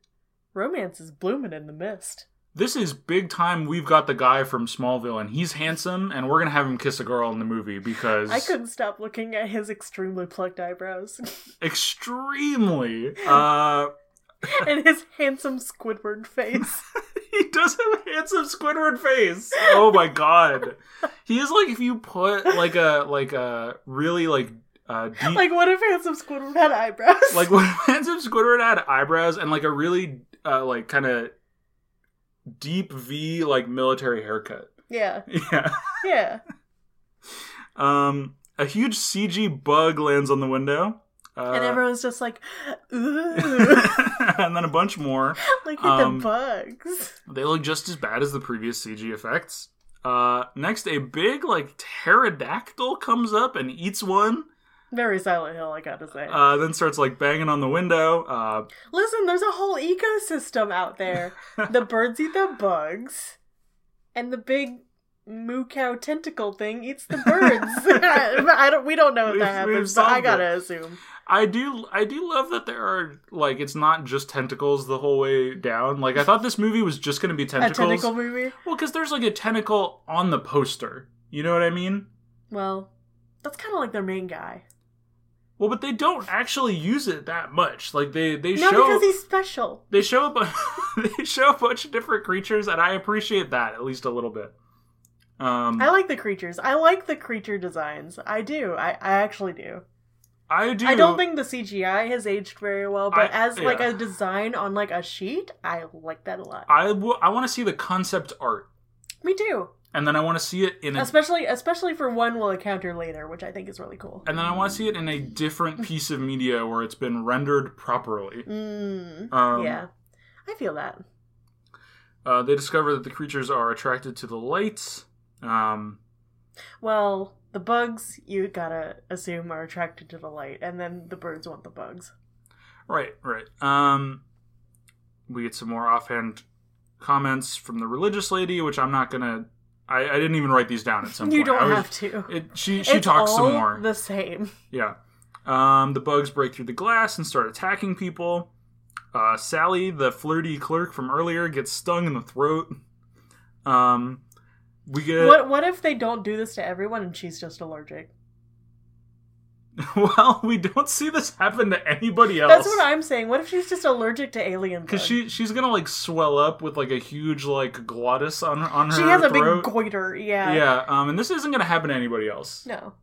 B: romance is blooming in the mist.
A: This is big time. We've got the guy from Smallville, and he's handsome, and we're gonna have him kiss a girl in the movie because
B: I couldn't stop looking at his extremely plucked eyebrows
A: extremely. Uh,
B: and his handsome Squidward face.
A: he does have a handsome Squidward face. Oh my god, he is like if you put like a like a really like Uh, deep, like,
B: Like, what if Handsome Squidward had eyebrows?
A: like when Handsome Squidward had eyebrows and like a really uh, like kind of deep V like military haircut.
B: yeah,
A: Yeah.
B: yeah.
A: Um, a huge CG bug lands on the window. Uh,
B: and everyone's just like, ooh,
A: and then a bunch more.
B: look at
A: Um,
B: the bugs.
A: They look just as bad as the previous CG effects. Uh, next, a big like pterodactyl comes up and eats one.
B: Very Silent Hill, I gotta say.
A: Uh, then starts like banging on the window. Uh,
B: Listen, there's a whole ecosystem out there. the birds eat the bugs, and the big moo cow tentacle thing eats the birds. I don't. We don't know if
A: We've-
B: that
A: we've
B: happens, but I
A: solved
B: gotta assume.
A: I do, I do love that there are like it's not just tentacles the whole way down. Like I thought this movie was just going to be tentacles.
B: A tentacle movie?
A: Well, because there's like a tentacle on the poster. You know what I mean?
B: Well, that's kind of like their main guy.
A: Well, but they don't actually use it that much. Like they they
B: No,
A: show
B: because he's special.
A: they show a bu- they show a bunch of different creatures, and I appreciate that at least a little bit. Um,
B: I like the creatures. I like the creature designs. I do. I, I actually do.
A: I do.
B: I don't think the CGI has aged very well, but
A: I-
B: as like
A: yeah.
B: a design on like a sheet, I like that a lot.
A: I w- I want to see the concept art,
B: Me too.
A: and then I want to see it in a
B: Especially especially for one we'll encounter later, which I think is really cool.
A: and then I want to see it in a different piece of media where it's been rendered properly.
B: Mm,
A: Um,
B: yeah. I feel that.
A: Uh, they discover that the creatures are attracted to the light. Um,
B: Well, the bugs you gotta assume are attracted to the light, and then the birds want the bugs.
A: Right, right. Um, we get some more offhand comments from the religious lady, which I'm not gonna. I, I didn't even write these down at some
B: You
A: point. I
B: don't
A: was-
B: have to.
A: It, she she
B: It's
A: talks
B: all
A: some more.
B: The same.
A: Yeah. Um, the bugs break through the glass and start attacking people. Uh, Sally, the flirty clerk from earlier, gets stung in the throat. Um, we get
B: What what if they don't do this to everyone and she's just allergic?
A: well. We don't see this happen to anybody else.
B: That's what I'm saying. What if she's just allergic to alien bugs?
A: Because she she's gonna like swell up with like a huge like glottis on her on
B: She
A: her
B: has a
A: throat.
B: big goiter, yeah.
A: yeah, um, and this isn't gonna happen to anybody else.
B: No.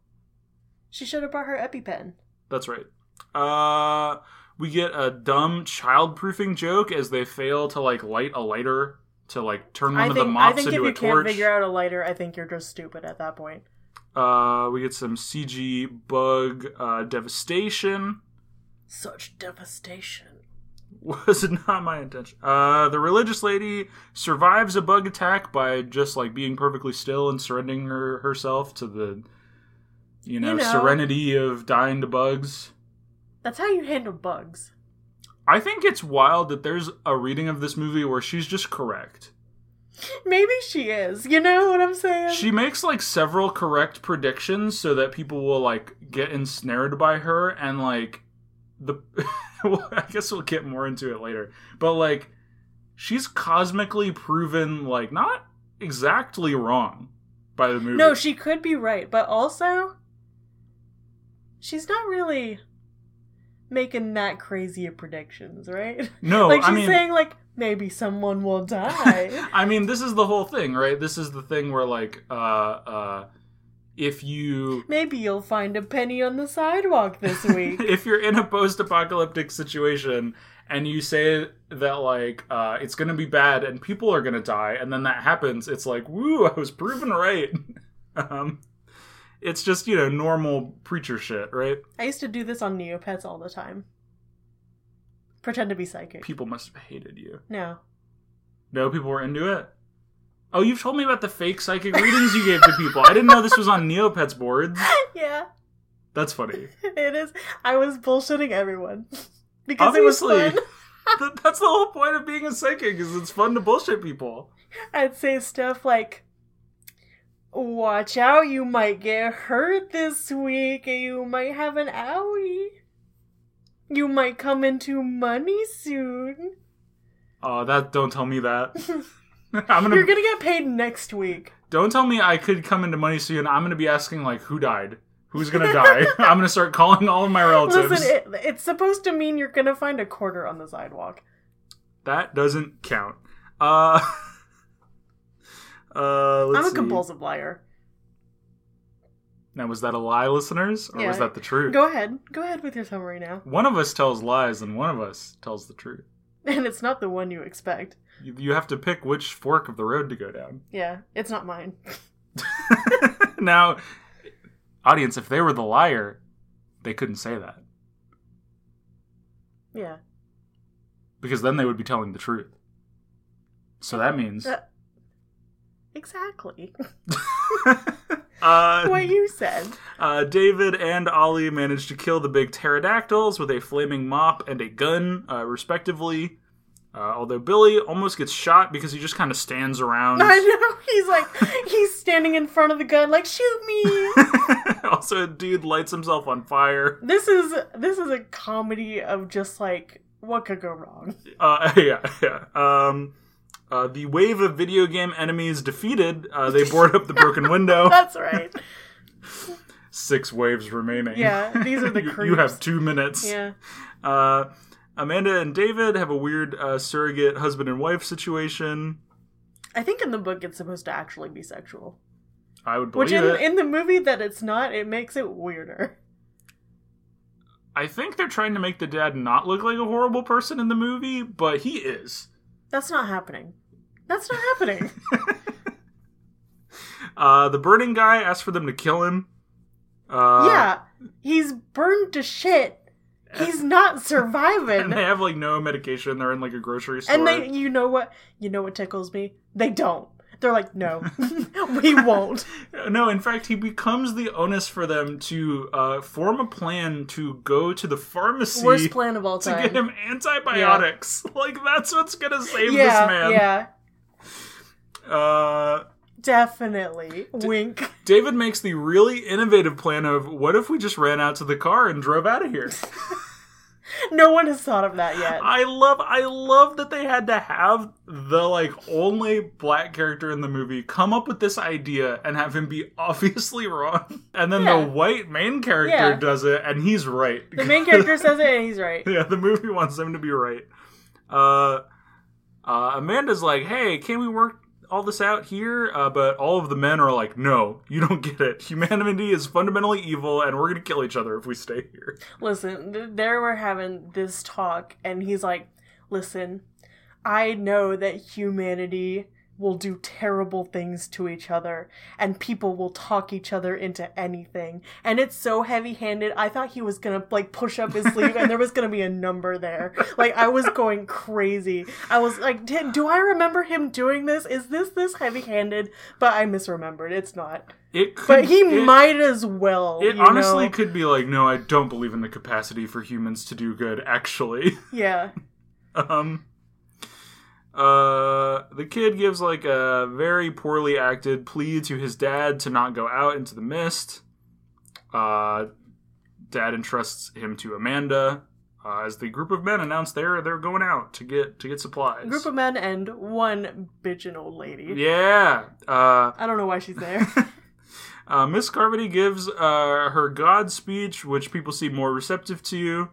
B: She should have brought her EpiPen.
A: That's right. Uh, we get a dumb child-proofing joke as they fail to like light a lighter to like turn one
B: I
A: of
B: think
A: the
B: I
A: mops
B: think if
A: into
B: you
A: a
B: can't
A: torch.
B: figure out a lighter, I think you're just stupid at that point.
A: uh, we get some CG bug uh, devastation.
B: Such devastation.
A: Was not my intention. Uh, the religious lady survives a bug attack by just like being perfectly still and surrendering her, herself to the, you know,
B: You know.
A: serenity of dying to bugs.
B: That's how you handle bugs.
A: I think it's wild that there's a reading of this movie where she's just correct.
B: Maybe she is. You know what I'm saying?
A: She makes like several correct predictions so that people will like get ensnared by her and like the well, I guess we'll get more into it later. But like she's cosmically proven like not exactly wrong by the movie.
B: no, she could be right, but also she's not really making that crazy of predictions, right?
A: no,
B: like she's
A: Oh, I mean
B: saying like maybe someone will die.
A: I mean this is the whole thing, right? This is the thing where like uh uh if you
B: maybe you'll find a penny on the sidewalk this week.
A: if you're in a post-apocalyptic situation and you say that like uh, it's gonna be bad and people are gonna die and then that happens it's like woo i was proven right um, it's just you know normal preacher shit right
B: I used to do this on Neopets all the time. Pretend to be psychic.
A: people must have hated you
B: No.
A: no people were into it oh you've told me about the fake psychic readings you gave to people i didn't know this was on neopets boards
B: yeah,
A: that's funny
B: it is. I was bullshitting everyone because it was
A: obviously
B: fun.
A: Th- that's the whole point of being a psychic is it's fun to bullshit people
B: I'd say stuff like, "Watch out, you might get hurt this week. You might have an owie. You might come into money soon.
A: Oh, that don't tell me that. I'm gonna,
B: You're gonna get paid next week."
A: don't tell me I could come into money soon. I'm gonna be asking like who died, who's gonna die. I'm gonna start calling all of my relatives.
B: Listen, it, it's supposed to mean you're gonna find a quarter on the sidewalk.
A: that doesn't count. Uh, uh, let's
B: I'm a
A: see.
B: compulsive liar.
A: Now, was that a lie, listeners, or was
B: Yeah.
A: that the truth?
B: Go ahead. Go ahead with your summary now.
A: one of us tells lies, and one of us tells the truth.
B: And it's not the one you expect.
A: You, you have to pick which fork of the road to go down.
B: Yeah, it's not mine.
A: now, audience, if they were the liar, they couldn't say that
B: Yeah.
A: because then they would be telling the truth. So that means.
B: Uh, exactly.
A: uh,
B: what you said.
A: Uh, David and Ollie manage to kill the big pterodactyls with a flaming mop and a gun, uh, respectively. Uh, although Billy almost gets shot because he just kind of stands around.
B: I know. He's like, he's standing in front of the gun, like, shoot me.
A: also, a dude lights himself on fire.
B: this is this is a comedy of just like what could go wrong.
A: Uh, yeah, yeah. Um, uh, the wave of video game enemies defeated. Uh, they board up the broken window.
B: That's right.
A: Six waves remaining.
B: Yeah, these are the
A: you, you
B: creeps.
A: have two minutes.
B: Yeah.
A: Uh, Amanda and David have a weird uh, surrogate husband and wife situation.
B: I think in the book it's supposed to actually be sexual.
A: I would believe
B: Which in,
A: it.
B: in the movie that it's not, it makes it weirder.
A: I think they're trying to make the dad not look like a horrible person in the movie, but he is.
B: That's not happening. That's not happening.
A: Uh, the burning guy asks for them to kill him. Uh,
B: yeah. He's burned to shit. He's not surviving.
A: And they have like no medication. They're in like a grocery store.
B: And they, you know what, you know what tickles me? They don't. They're like, no, we won't.
A: Uh, No, in fact, he becomes the onus for them to uh, form a plan to go to the pharmacy
B: Worst plan of all
A: to get
B: time.
A: him antibiotics. Like that's what's gonna save
B: yeah,
A: this man.
B: yeah,
A: Uh,
B: definitely. Wink.
A: David makes the really innovative plan of what if we just ran out to the car and drove out of here.
B: No one has thought of that yet.
A: I love I love that they had to have the like only black character in the movie come up with this idea and have him be obviously wrong. And then
B: Yeah.
A: the white main character
B: Yeah.
A: does it and he's right.
B: The main character says it, and he's right.
A: yeah, the movie wants him to be right. Uh uh Amanda's like, "Hey, can we work all this out here?" Uh, but all of the men are like, "No, you don't get it. Humanity is fundamentally evil and we're going to kill each other if we stay here."
B: Listen, th- there we're having this talk, and he's like, listen, I know that humanity will do terrible things to each other, and people will talk each other into anything. And it's so heavy handed. I thought he was gonna like push up his sleeve, and there was gonna be a number there. Like I was going crazy. I was like, "Did- do I remember him doing this? Is this this heavy handed? But I misremembered. It's not.
A: It could
B: But he
A: it-
B: might as well.
A: It
B: you
A: honestly
B: know?
A: could be like, no, I don't believe in the capacity for humans to do good, actually.
B: yeah.
A: um, uh, the kid gives like a very poorly acted plea to his dad to not go out into the mist. Uh, dad entrusts him to Amanda. Uh, as the group of men announce they're they're going out to get to get supplies.
B: group of men and one bitchin' old lady.
A: yeah. Uh,
B: I don't know why she's there.
A: Uh, Miss Carmody gives uh, her God speech, which people seem more receptive to.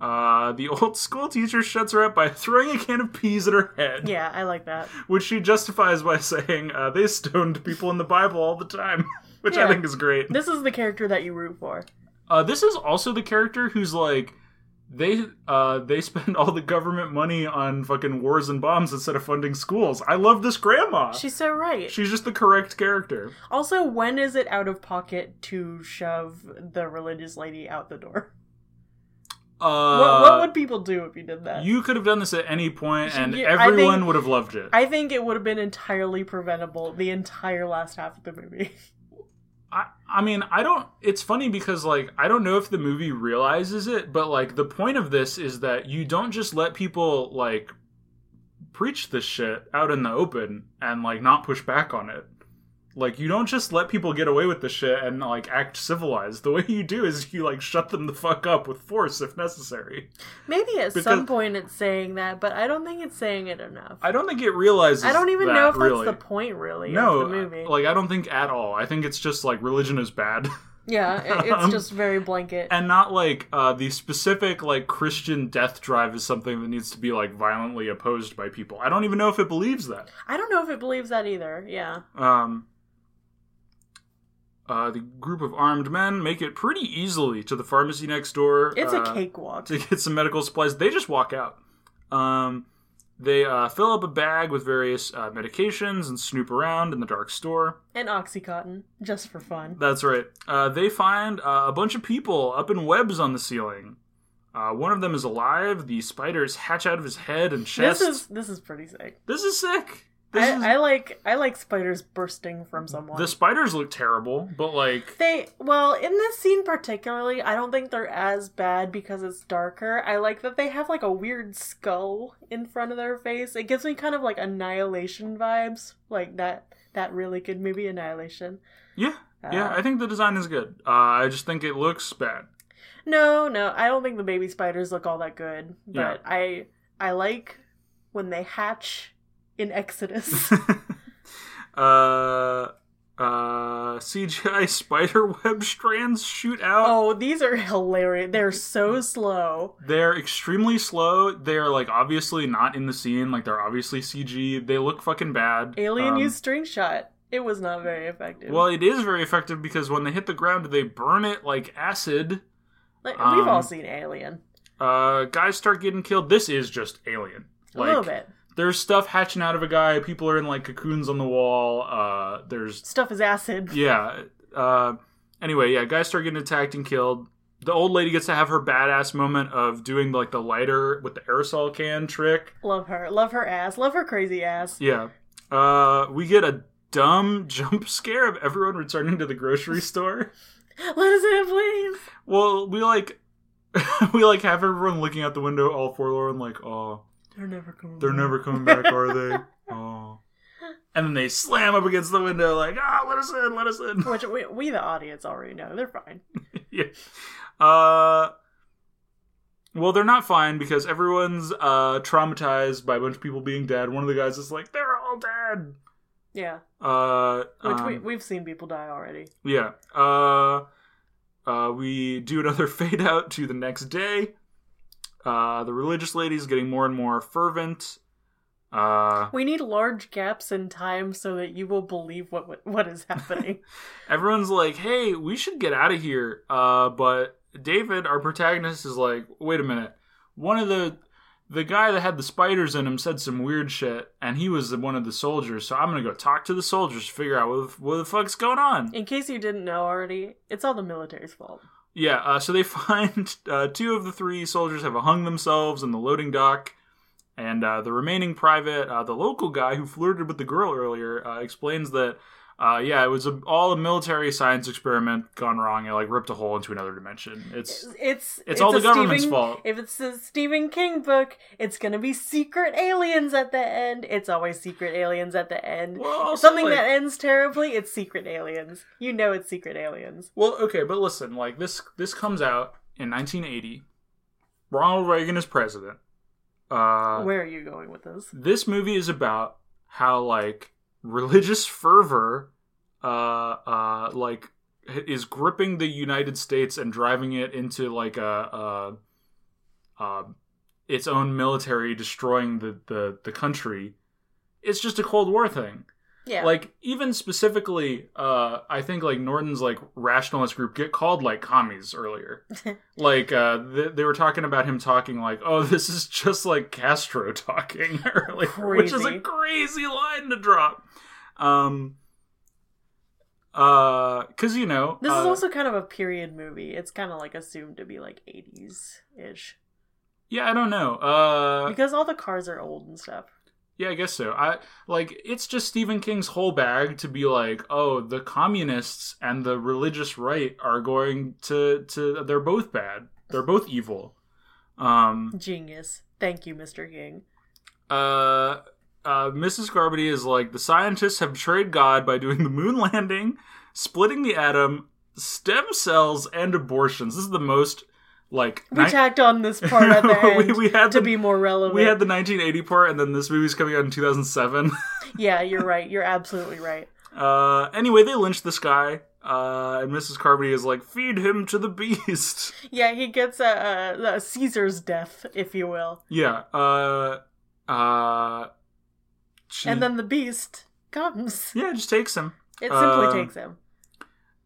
A: Uh, the old school teacher shuts her up by throwing a can of peas at her head,
B: yeah, I like that.
A: which she justifies by saying uh, they stoned people in the Bible all the time, which I
B: Yeah.
A: think is great.
B: This is the character that you root for.
A: Uh, this is also the character who's like they uh, they spend all the government money on fucking wars and bombs instead of funding schools. I love this grandma.
B: She's so right.
A: She's just the correct character.
B: also, when is it out of pocket to shove the religious lady out the door?
A: Uh,
B: what, what would people do if you did that?
A: You could have done this at any point, and
B: You- I
A: everyone
B: think-
A: would have loved it. I,
B: I think it would have been entirely preventable the entire last half of the movie.
A: I, mean, I don't. It's funny because, like, I don't know if the movie realizes it, but, like, the point of this is that you don't just let people, like, preach this shit out in the open and, like, not push back on it. Like, you don't just let people get away with this shit and, like, act civilized. The way you do is you, like, shut them the fuck up with force if necessary.
B: Maybe at
A: Because-
B: some point it's saying that, but I don't think it's saying it enough. I,
A: I don't think it realizes.
B: don't even
A: that,
B: know if that's
A: really.
B: the point, really,
A: No,
B: of the movie.
A: like, I don't think at all. I think it's just, like, religion is bad.
B: yeah, it- it's
A: Um,
B: just very blanket.
A: and not like uh, the specific like Christian death drive is something that needs to be like violently opposed by people. I don't even know if it believes that.
B: I don't know if it believes that either. Yeah.
A: Um, uh, the group of armed men make it pretty easily to the pharmacy next door.
B: It's
A: uh,
B: a cakewalk.
A: to get some medical supplies. They just walk out. Um, they uh, fill up a bag with various uh, medications and snoop around in the dark store.
B: And Oxycontin, just for fun.
A: That's right. Uh, they find uh, a bunch of people up in webs on the ceiling. Uh, one of them is alive. The spiders hatch out of his head and chest.
B: This is this is pretty sick.
A: This is sick. This is,
B: I, I like I like spiders bursting from someone.
A: the spiders look terrible, but like
B: They well in this scene particularly, I don't think they're as bad because it's darker. I like that they have like a weird skull in front of their face. It gives me kind of like annihilation vibes, like that that really good movie Annihilation.
A: yeah, yeah.
B: Uh,
A: I think the design is good. Uh, I just think it looks bad.
B: no, no, I don't think the baby spiders look all that good, but
A: Yeah.
B: I I like when they hatch in Exodus.
A: uh, uh, CGI spider web strands shoot out.
B: oh, these are hilarious. They're so slow.
A: They're extremely slow. They're like obviously not in the scene. Like they're obviously CG. They look fucking bad.
B: Alien
A: Um,
B: used string shot. It was not very effective.
A: Well, it is very effective because when they hit the ground, they burn it like acid.
B: like, we've all
A: um,
B: seen Alien.
A: Uh, guys start getting killed. This is just alien.
B: A little bit.
A: There's stuff hatching out of a guy. People are in like cocoons on the wall. Uh, there's
B: Stuff is acid.
A: Yeah. Uh, anyway, yeah, guys start getting attacked and killed. The old lady gets to have her badass moment of doing like the lighter with the aerosol can trick.
B: Love her. Love her ass. Love her crazy ass.
A: Yeah. Uh, we get a dumb jump scare of everyone returning to the grocery store.
B: Let us in, please.
A: Well, we like we like have everyone looking out the window all forlorn, like, oh,
B: They're never coming.
A: they're never coming back, are they? Oh. And then they slam up against the window, like, ah, let us in, let us in.
B: Which we, we, the audience, already know. They're fine.
A: yeah. Uh, well, they're not fine because everyone's uh, traumatized by a bunch of people being dead. One of the guys is like, "They're all dead."
B: Yeah.
A: Uh,
B: Which we,
A: um,
B: we've seen people die already.
A: yeah. Uh, uh, we do another fade out to the next day. Uh, the religious lady's getting more and more fervent. Uh,
B: We need large gaps in time so that you will believe what what, what is happening.
A: everyone's like, "Hey, we should get out of here." Uh, but David, our protagonist, is like, "Wait a minute. One of the the guy that had the spiders in him said some weird shit, and he was one of the soldiers. So I'm gonna go talk to the soldiers to figure out what the, what the fuck's going on."
B: in case you didn't know already, it's all the military's fault.
A: Yeah. Uh, so they find uh, two of the three soldiers have hung themselves in the loading dock. And uh, the remaining private, uh, the local guy who flirted with the girl earlier, uh, explains that, uh, yeah, it was a, all a military science experiment gone wrong. It like ripped a hole into another dimension. It's
B: It's it's,
A: all the
B: a
A: government's
B: Stephen-
A: fault.
B: If it's a Stephen King book, it's gonna be secret aliens at the end. It's always secret aliens at the end.
A: well, also,
B: Something
A: like-
B: that ends terribly, it's secret aliens. You know it's secret aliens.
A: Well, okay, but listen, like this this comes out in 1980. Ronald Reagan is president. Uh,
B: Where are you going with this?
A: this movie is about how like religious fervor uh uh like h- is gripping the united states and driving it into like a, a, a its own military destroying the, the the country it's just a cold war thing
B: Yeah.
A: like even specifically uh i think like norton's like rationalist group get called like commies earlier like uh th- they were talking about him talking like oh this is just like castro talking earlier which is
B: Crazy.
A: a crazy line to drop um uh because you know
B: this is
A: uh,
B: also kind of a period movie. It's kind of like assumed to be like 80s ish.
A: yeah i don't know uh
B: Because all the cars are old and stuff.
A: Yeah, I guess so. I like it's just Stephen King's whole bag to be like, oh, the communists and the religious right are going to to they're both bad. They're both evil. Um
B: Genius. Thank you, Mr. King.
A: uh uh, Mrs. Garbity is like the scientists have betrayed God by doing the moon landing, splitting the atom, stem cells, and abortions. This is the most like
B: We
A: ni-
B: tacked on this part at the end
A: we, we had
B: to
A: the,
B: be more relevant.
A: we had the 1980 part, and then this movie's coming out in 2007.
B: yeah, you're right. You're absolutely right.
A: Uh, anyway, they lynch this guy, uh, and Mrs. Carmody is like, "Feed him to the beast."
B: Yeah, he gets a, a, a Caesar's death, if you will.
A: yeah. Uh, uh, she-
B: And then the beast comes.
A: yeah, just takes him,
B: It simply
A: Um,
B: takes him.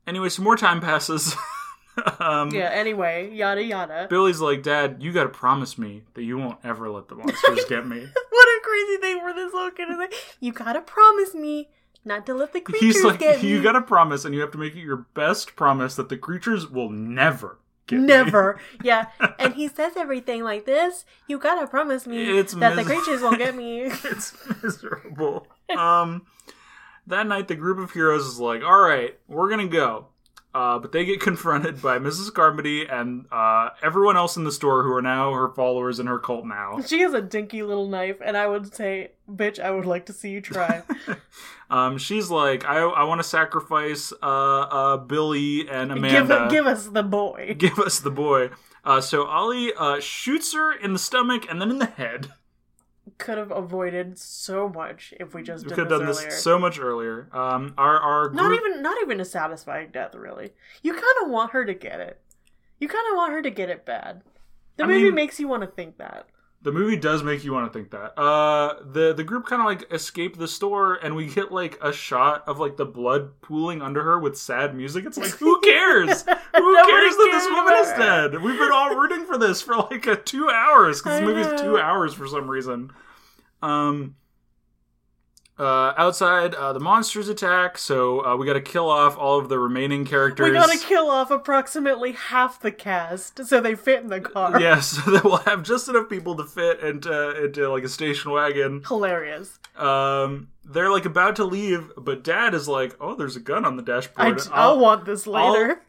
A: Anyway, some more time passes. um,
B: yeah, anyway, yada yada.
A: Billy's like, Dad, you gotta promise me that you won't ever let the monsters get me.
B: What a crazy thing for this little kid to say. You gotta promise me not to let the creatures
A: He's like,
B: get
A: You
B: me.
A: gotta promise, and you have to make it your best promise that the creatures will never get me."
B: Never. Yeah. And he says everything like this. You gotta promise me
A: It's
B: that the
A: mis-
B: creatures won't get me.
A: it's miserable. Um, that night, the group of heroes is like, "All right, we're gonna go," uh, but they get confronted by Mrs. Carmody and uh, everyone else in the store who are now her followers and her cult now.
B: She has a dinky little knife, and I would say, bitch, I would like to see you try.
A: Um, she's like, "I, I want to sacrifice uh, uh, Billy and
B: give,
A: Amanda.
B: give us the boy.
A: Give us the boy." Uh, so Ollie uh, shoots her in the stomach and then in the head.
B: Could have avoided so much if we just
A: We
B: did
A: could have done
B: this earlier.
A: this so much earlier. Um, our our
B: not
A: group-
B: even not even a satisfying death, really. You kind of want her to get it. You kind of want her to get it bad. The
A: I
B: movie
A: mean-
B: makes you want to think that.
A: The movie does make you want to think that. Uh, the the group kind of like escape the store, and we get like a shot of like the blood pooling under her with sad music. It's like, who cares? Who
B: Nobody
A: cares that this
B: cares
A: woman
B: about
A: is
B: her.
A: dead? We've been all rooting for this for like a two hours because
B: I
A: this movie's
B: know.
A: two hours for some reason. Um. Uh, outside, uh, the monsters attack, so uh, we got to kill off all of the remaining characters.
B: We gotta kill off approximately half the cast so they fit in the car.
A: yeah, so that we'll have just enough people to fit into into like a station wagon.
B: Hilarious.
A: Um, they're like about to leave, but Dad is like, "Oh, there's a gun on the
B: I,
A: dashboard."
B: I'll, want this
A: I'll-
B: later.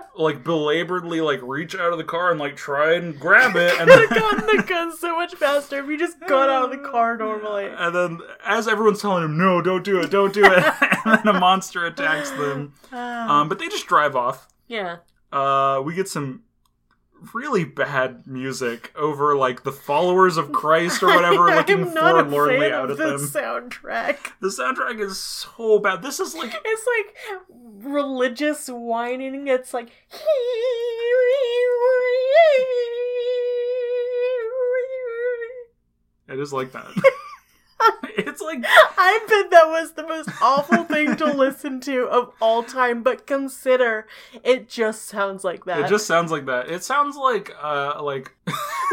A: like belabouredly like reach out of the car and like try and grab it, and then,
B: Could have gotten the gun so much faster if you just got out of the car normally.
A: and then as everyone's telling him, "No, don't do it, don't do it," and then a monster attacks them.
B: Ah.
A: Um, but they just drive off.
B: yeah.
A: Uh, we get some really bad music over like the followers of Christ or whatever
B: I
A: looking
B: am not a
A: forlornly
B: fan
A: out
B: of
A: at
B: the
A: them.
B: soundtrack.
A: The soundtrack is so bad. This is like
B: It's like religious whining. It's like.
A: It is like that. it's like
B: I bet that was the most awful thing to listen to of all time, but consider it just sounds like that.
A: it just sounds like that. It sounds like uh like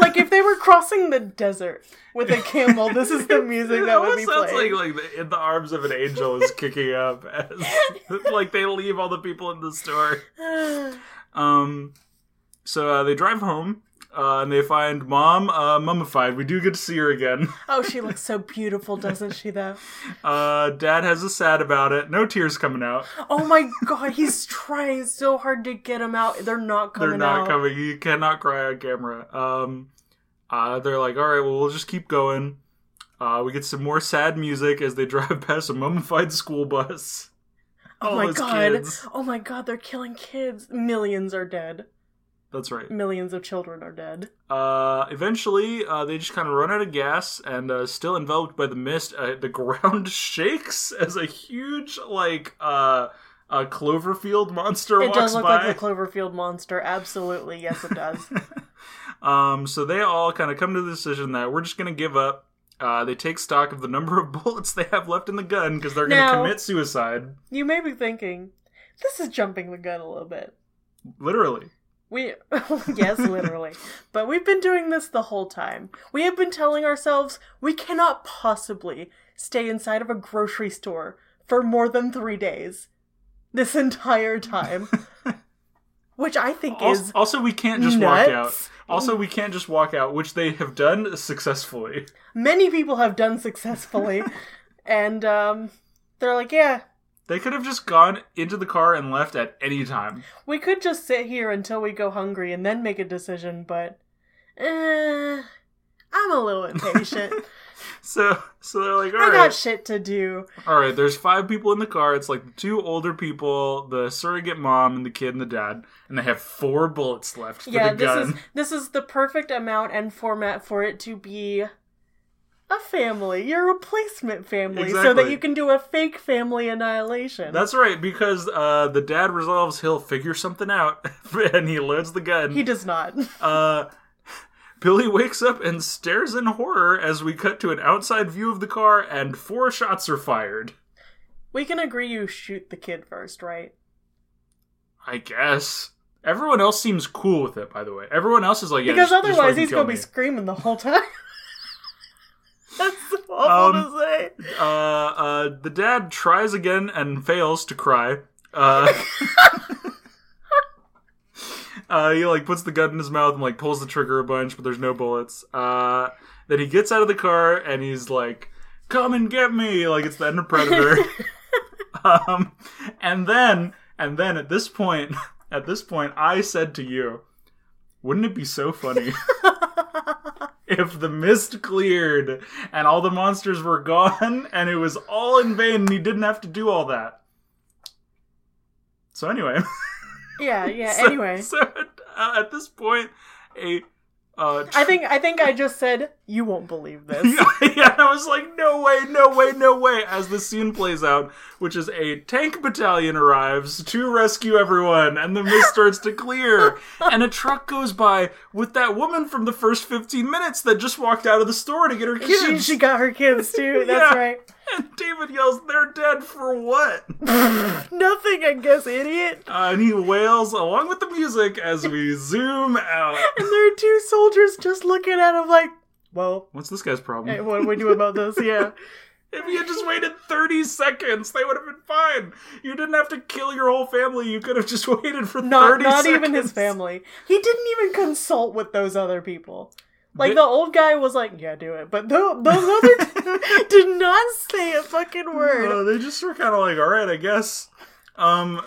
B: like if they were crossing the desert with a camel, this is the music
A: it
B: that would
A: almost
B: be
A: sounds
B: played.
A: like like the, in the arms of an angel is kicking up as like they leave all the people in the store. Um, so uh, they drive home. Uh, and they find mom uh, mummified. We do get to see her again.
B: oh, she looks so beautiful, doesn't she though?
A: Uh, Dad has a sad about it. No tears coming out.
B: Oh my god, he's trying so hard to get him out. They're not coming
A: they're not
B: out.
A: coming. You cannot cry on camera. Um, uh, they're like, all right, well, we'll just keep going. Uh, we get some more sad music as they drive past a mummified school bus.
B: Oh
A: All
B: my
A: those
B: god.
A: kids.
B: Oh my god, they're killing kids. Millions are dead.
A: That's right.
B: Millions of children are dead.
A: Uh, eventually, uh, they just kind of run out of gas, and uh, still enveloped by the mist, uh, the ground shakes as a huge, like, uh, a Cloverfield monster
B: It
A: walks
B: does look
A: by.
B: like the Cloverfield monster. Absolutely, yes, it does.
A: Um, so they all kind of come to the decision that we're just going to give up. Uh, they take stock of the number of bullets they have left in the gun because they're going to
B: Now-
A: commit suicide,
B: you may be thinking, this is jumping the gun a little bit.
A: literally.
B: We, yes, literally. but we've been doing this the whole time. We have been telling ourselves we cannot possibly stay inside of a grocery store for more than three days this entire time. Which I think
A: Al-
B: is.
A: also, we can't just walk out.
B: nuts.
A: Also, we can't just walk out, which they have done successfully.
B: many people have done successfully. and um, they're like, yeah,
A: They could have just gone into the car and left at any time.
B: we could just sit here until we go hungry and then make a decision, but eh, I'm a little impatient.
A: So, so they're like, all
B: I
A: right,
B: got shit to do.
A: all right. There's five people in the car. It's like the two older people, the surrogate mom, and the kid and the dad, and they have four bullets left for
B: yeah,
A: the
B: this
A: gun.
B: is this is the perfect amount and format for it to be a family, your replacement family, so that
A: Exactly.
B: you can do a fake family annihilation.
A: That's right, because uh, the dad resolves he'll figure something out, and he loads the gun.
B: he does not.
A: uh, Billy wakes up and stares in horror as we cut to an outside view of the car, and four shots are fired.
B: we can agree you shoot the kid first, right?
A: I guess. Everyone else seems cool with it, by the way. Everyone else is like, yeah,
B: because
A: just- just
B: otherwise
A: fucking
B: he's
A: kill
B: gonna be
A: me.
B: screaming the whole time. That's so awful
A: Um,
B: to say.
A: Uh, uh, the dad tries again and fails to cry. Uh, uh, he like puts the gun in his mouth and like pulls the trigger a bunch, but there's no bullets. Uh, then he gets out of the car and he's like, "Come and get me!" Like it's the end of Predator. um, and then, and then at this point, at this point, I said to you, "Wouldn't it be so funny?" if the mist cleared and all the monsters were gone and it was all in vain and he didn't have to do all that. So anyway.
B: Yeah, yeah.
A: so-
B: anyway,
A: So uh, at this point, a uh,
B: I think I think I just said you won't believe this.
A: yeah, yeah, I was like, no way, no way, no way. As the scene plays out, which is a tank battalion arrives to rescue everyone, and the mist starts to clear, and a truck goes by with that woman from the first 15 minutes that just walked out of the store to get her
B: She,
A: kids.
B: she got her kids too. That's
A: Yeah.
B: right.
A: And David yells, "They're dead for what?"
B: Nothing, I guess, idiot.
A: Uh, and he wails along with the music as we zoom out.
B: And there are two soldiers just looking at him like, well,
A: What's this guy's problem?
B: hey, what do we do about this? Yeah.
A: If you had just waited 30 seconds, they would have been fine. You didn't have to kill your whole family. You could have just waited for
B: Not
A: 30
B: not
A: seconds.
B: even his family. He didn't even consult with those other people. Like
A: Did-
B: the old guy was like, "Yeah, do it," but tho- those other two did not say a fucking word.
A: No, Uh, they just were kind of like, all right, I guess. Um,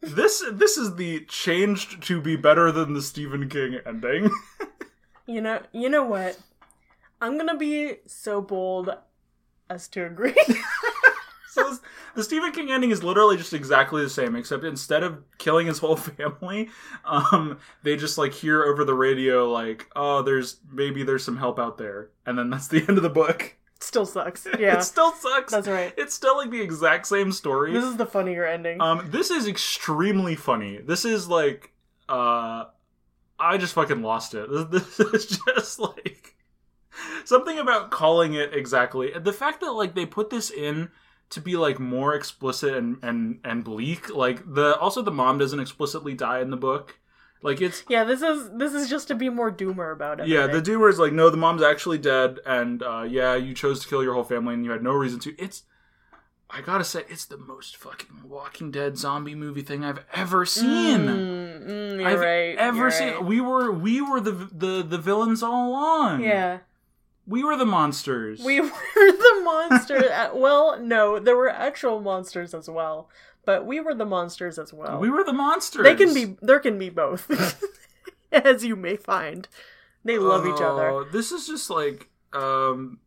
A: this this is the changed to be better than the Stephen King ending.
B: You know, you know what? I'm gonna be so bold as to agree.
A: so this, the Stephen King ending is literally just exactly the same, except instead of killing his whole family, um, they just like hear over the radio like, oh, there's maybe there's some help out there, and then that's the end of the book.
B: Still sucks. Yeah,
A: it still sucks.
B: that's right.
A: It's still like the exact same story.
B: This is the funnier ending.
A: um, this is extremely funny. This is like, uh, I just fucking lost it. This, this is just like something about calling it exactly. The fact that like they put this in to be like more explicit and and and bleak. Like the also the mom doesn't explicitly die in the book. Like it's
B: yeah, this is this is just to be more doomer about it.
A: yeah, the doomer is like, no, the mom's actually dead, and uh, yeah, you chose to kill your whole family, and you had no reason to. It's, I gotta say, it's the most fucking Walking Dead zombie movie thing I've ever seen.
B: Mm, mm, you're
A: I've
B: right.
A: ever
B: you're
A: seen.
B: right.
A: We were we were the the the villains all along.
B: Yeah,
A: we were the monsters.
B: we were the monsters. uh, well, no, there were actual monsters as well, but we were the monsters as well.
A: we were the monsters.
B: They can be. There can be both, as you may find. They love each other.
A: Oh, This is just like, um,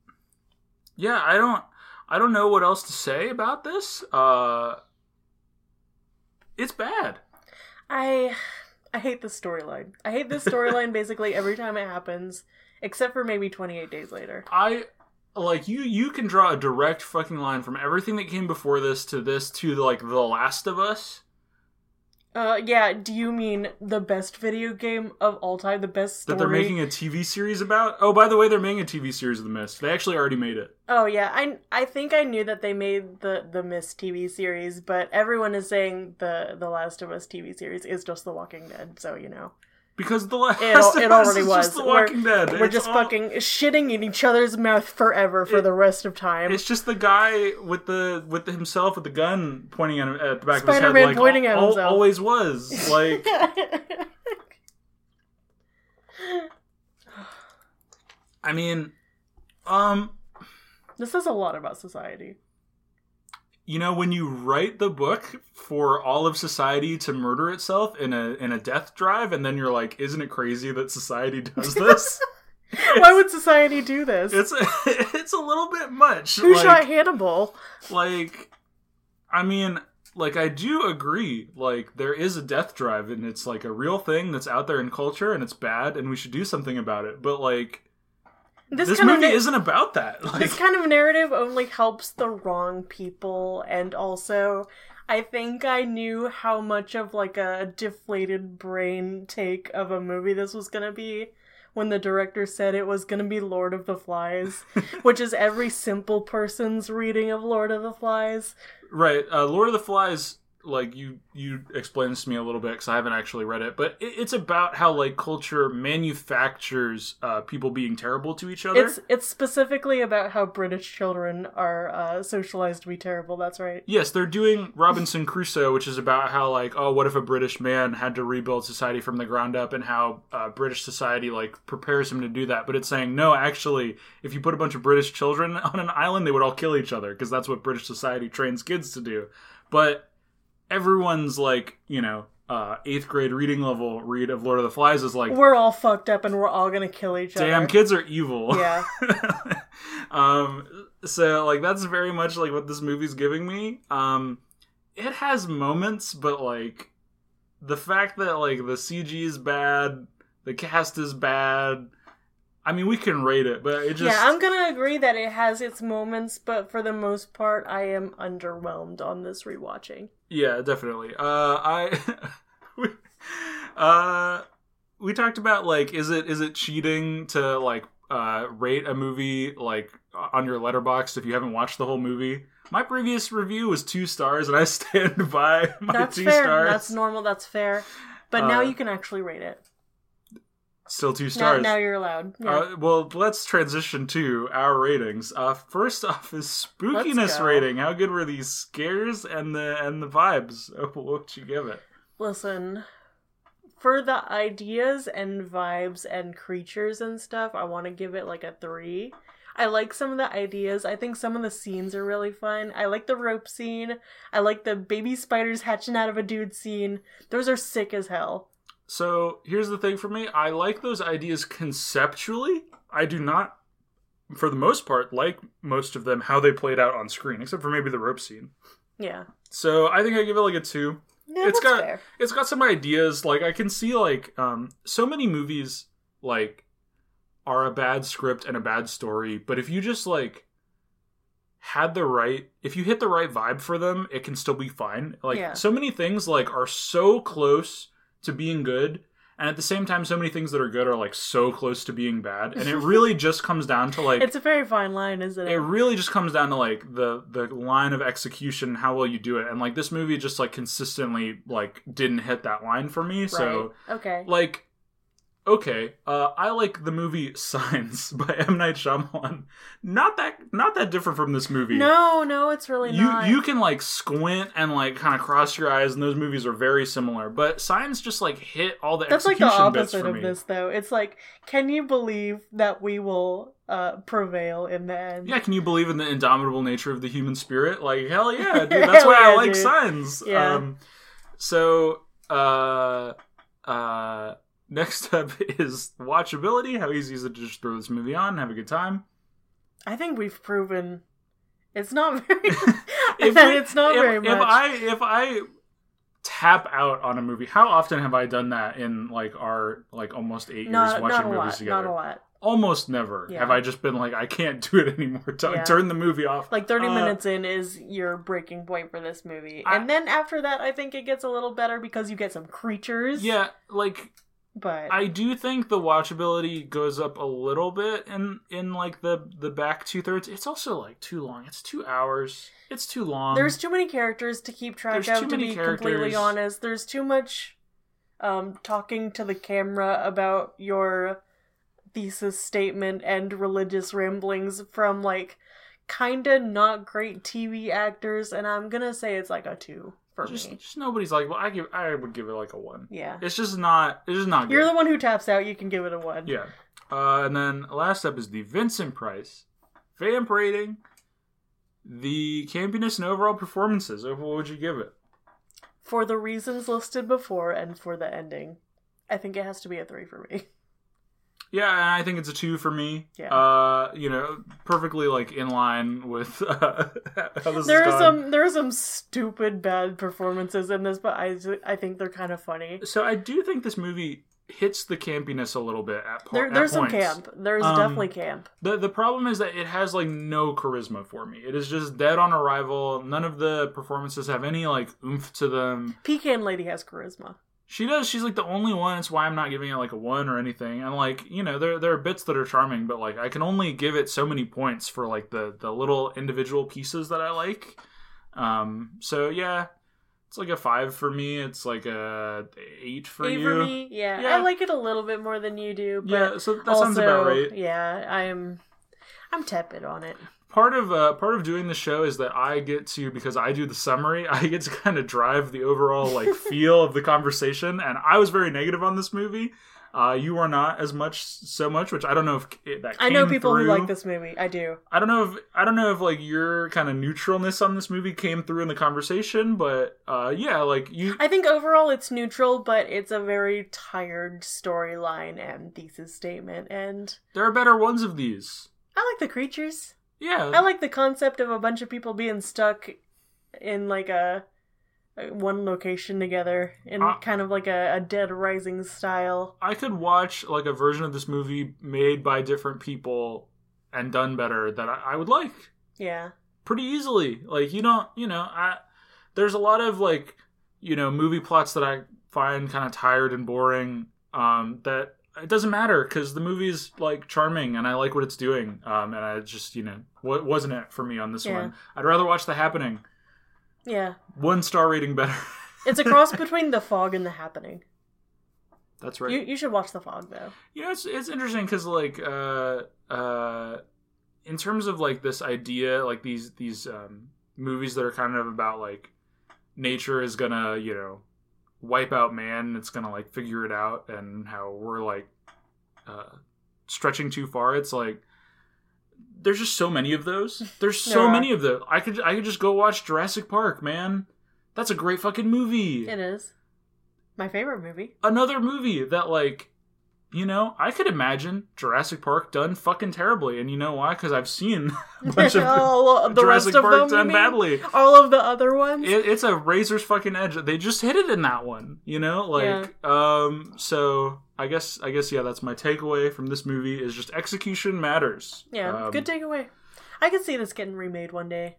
A: yeah, I don't, I don't know what else to say about this. Uh, it's bad.
B: I I hate this storyline. I hate this storyline basically every time it happens, except for maybe 28 days later.
A: I like you you can draw a direct fucking line from everything that came before this to this to like The Last of Us.
B: Uh yeah, do you mean the best video game of all time, the best
A: That
B: story?
A: they're making a TV series about. Oh, by the way, they're making a TV series of The Mist. They actually already made it.
B: Oh yeah, I I think I knew that they made the the Miss TV series, but everyone is saying the the Last of Us TV series is just The Walking Dead, so you know.
A: Because The Last
B: It al-
A: of
B: it
A: Us
B: already
A: is
B: was.
A: just The
B: We're-
A: Walking Dead.
B: We're
A: It's
B: just
A: all-
B: fucking shitting in each other's mouth forever for
A: It-
B: the rest of time.
A: It's just the guy with the with the, himself with the gun pointing at him at the back of his
B: Spider-Man
A: head. Like
B: pointing at
A: al- al-
B: himself.
A: always was. Like I mean, um,
B: this is a lot about society.
A: you know when you write the book for all of society to murder itself in a in a death drive and then you're like isn't it crazy that society does this
B: Why would society do this?
A: it's a, it's a little bit much
B: Who
A: like,
B: shot Hannibal?
A: like i mean like i do agree like there is a death drive and it's like a real thing that's out there in culture and it's bad and we should do something about it but like
B: This,
A: this,
B: kind
A: movie
B: of na-
A: isn't about that like
B: this kind of narrative only helps the wrong people, and also, I think I knew how much of like a deflated brain take of a movie this was gonna be when the director said it was gonna be Lord of the Flies, which is every simple person's reading of Lord of the Flies.
A: right uh, lord of the flies like you you explained this to me a little bit because I haven't actually read it, but it, it's about how like culture manufactures uh, people being terrible to each other.
B: It's it's specifically about how British children are uh, socialized to be terrible. That's right.
A: Yes, they're doing Robinson Crusoe, which is about how like oh, what if a British man had to rebuild society from the ground up, and how uh, British society like prepares him to do that. But it's saying no, actually, if you put a bunch of British children on an island, they would all kill each other because that's what British society trains kids to do. But everyone's like you know uh, eighth grade reading level read of Lord of the Flies is like
B: We're all fucked up and we're all gonna kill each other.
A: damn kids are evil.
B: Yeah.
A: um, so like that's very much like what this movie's giving me. Um, it has moments, but like the fact that like the CG is bad, the cast is bad. I mean, we can rate it, but it just
B: Yeah, I'm gonna agree that it has its moments, but for the most part, I am underwhelmed on this rewatching.
A: Yeah, definitely. Uh, I we, uh, we talked about like is it is it cheating to like uh, rate a movie like on your letterbox if you haven't watched the whole movie? My previous review was two stars, and I stand by my
B: That's
A: two
B: fair.
A: stars.
B: That's normal. That's fair. But now
A: Uh,
B: you can actually rate it.
A: Still two
B: Now,
A: stars.
B: now you're allowed. Yeah.
A: Uh, well, let's transition to our ratings. Uh, first off is
B: Let's
A: spookiness
B: go.
A: rating. How good were these scares and the and the vibes? What'd you give it?
B: Listen, for the ideas and vibes and creatures and stuff, I want to give it like a three. I like some of the ideas. I think some of the scenes are really fun. I like the rope scene. I like the baby spiders hatching out of a dude scene. Those are sick as hell.
A: So here's the thing for me. I like those ideas conceptually. I do not, for the most part, like most of them how they played out on screen, except for maybe the rope scene.
B: Yeah.
A: So I think I give it like a two.
B: Yeah,
A: It's
B: that's
A: got-
B: fair.
A: It's got some ideas. Like I can see like um, so many movies like are a bad script and a bad story, but if you just like had the right if you hit the right vibe for them, it can still be fine. Like
B: Yeah.
A: so many things like are so close to being good and at the same time so many things that are good are like so close to being bad and it really just comes down to like
B: It's a very fine line, isn't
A: it
B: it?
A: really just comes down to like the the line of execution how well you do it and like this movie just like consistently like didn't hit that line for me so
B: right. Okay.
A: like okay uh i like the movie signs by m night Shyamalan. not that not that different from this movie
B: No, no, it's really
A: you
B: not.
A: you can like squint and like kind of cross your eyes and those movies are very similar but signs just like hit all the
B: That's like the
A: execution bits
B: opposite
A: for
B: of
A: me
B: this, though. It's like, can you believe that we will uh, prevail in the end?
A: Yeah, can you believe in the indomitable nature of the human spirit? Like, hell yeah, dude. That's why
B: Hell
A: I
B: yeah,
A: like
B: dude.
A: signs.
B: Yeah.
A: Um, so, uh, uh, next up is watchability. How easy is it to just throw this movie on and have a good time?
B: I think we've proven it's not very.
A: If
B: that
A: we-
B: it's not
A: if,
B: very
A: if
B: much.
A: I if I tap out on a movie, how often have I done that in like our like almost eight years
B: not, not a
A: watching movies
B: lot.
A: together?
B: Not a lot.
A: Almost never
B: Yeah.
A: have I just been like, I can't do it anymore. T-
B: Yeah.
A: Turn the movie off.
B: Like thirty
A: Uh,
B: minutes in is your breaking point for this movie,
A: I-
B: and then after that, I think it gets a little better because you get some creatures.
A: yeah, like
B: but
A: I do think the watchability goes up a little bit in in like the the back two thirds. It's also like too long. It's two hours. It's too long.
B: there's too many characters to keep track
A: There's
B: of.
A: too
B: To
A: many
B: be completely
A: characters.
B: honest, there's too much um, talking to the camera about your thesis statement and religious ramblings from like kinda not great TV actors, and I'm gonna say it's like a two for
A: just,
B: me.
A: just nobody's like. Well, I give. I would give it like a one.
B: Yeah,
A: It's just not. It's just not good.
B: you're the one who taps out. You can give it a one.
A: yeah. Uh, and then last up is the Vincent Price vamp rating. The campiness and overall performances. What would you give it?
B: For the reasons listed before and for the ending, I think it has to be a three for me.
A: Yeah, and I think it's a two for me.
B: Yeah.
A: Uh, you know, perfectly like in line with uh, how this
B: There
A: is gone.
B: are some there are some stupid bad performances in this, but I ju- I think they're kind of funny.
A: So I do think this movie hits the campiness a little bit at, po-
B: There,
A: at
B: there's some
A: points.
B: camp. There's
A: Um,
B: definitely camp.
A: The the problem is that it has like no charisma for me. It is just dead on arrival. None of the performances have any like oomph to them.
B: Pecan Lady has charisma.
A: She does. She's like the only one. It's why I'm not giving it like a one or anything. And like you know, there there are bits that are charming, but like I can only give it so many points for like the the little individual pieces that I like. Um. So yeah, It's like a five for me. It's like a eight for
B: Hey,
A: you.
B: for me, yeah,
A: Yeah.
B: I like it a little bit more than you do. But
A: yeah, so that
B: also,
A: sounds about right.
B: Yeah, I'm, I'm tepid on it.
A: Part of uh, part of doing the show is that I get to because I do the summary. I get to kind of drive the overall like feel of the conversation. And I was very negative on this movie. Uh, you are not as much so much, which I don't know if it, that
B: I know
A: came
B: people who
A: through.
B: like this movie. I do.
A: I don't know if I don't know if like your kind of neutralness on this movie came through in the conversation, but uh, yeah, like you
B: I think overall it's neutral, but it's a very tired storyline and thesis statement. And
A: there are better ones of these.
B: I like the creatures.
A: Yeah,
B: I like the concept of a bunch of people being stuck in like a a- one location together in
A: Uh,
B: kind of like a, a dead rising style.
A: I could watch like a version of this movie made by different people and done better that I, I would like
B: Yeah.
A: pretty easily. Like you don't, you know, I there's a lot of like you know movie plots that I find kind of tired and boring. Um, that it doesn't matter because the movie's like charming and I like what it's doing. Um, and I just you know what wasn't it for me on this
B: Yeah.
A: one. I'd rather watch The Happening.
B: Yeah.
A: One star rating better.
B: It's a cross between the fog and the happening.
A: That's right.
B: You you should watch the fog though.
A: you know it's it's interesting because like uh uh in terms of like this idea like these these um movies that are kind of about like nature is gonna you know wipe out man and it's gonna like figure it out and how we're like uh stretching too far it's like there's just so many of those there's so
B: There are.
A: many of those i could i could just go watch jurassic park man that's a great fucking movie
B: It is. My favorite movie.
A: another movie that like you know i could imagine jurassic park done fucking terribly and you know why because i've seen a bunch of
B: All of the
A: jurassic
B: rest of
A: park
B: them, you
A: done
B: mean?
A: badly
B: All of the other ones.
A: it, it's a razor's fucking edge they just hit it in that one you know like um so i guess i guess yeah that's my takeaway from this movie is just execution matters
B: Yeah,
A: Um,
B: good takeaway. I could see this getting remade one day.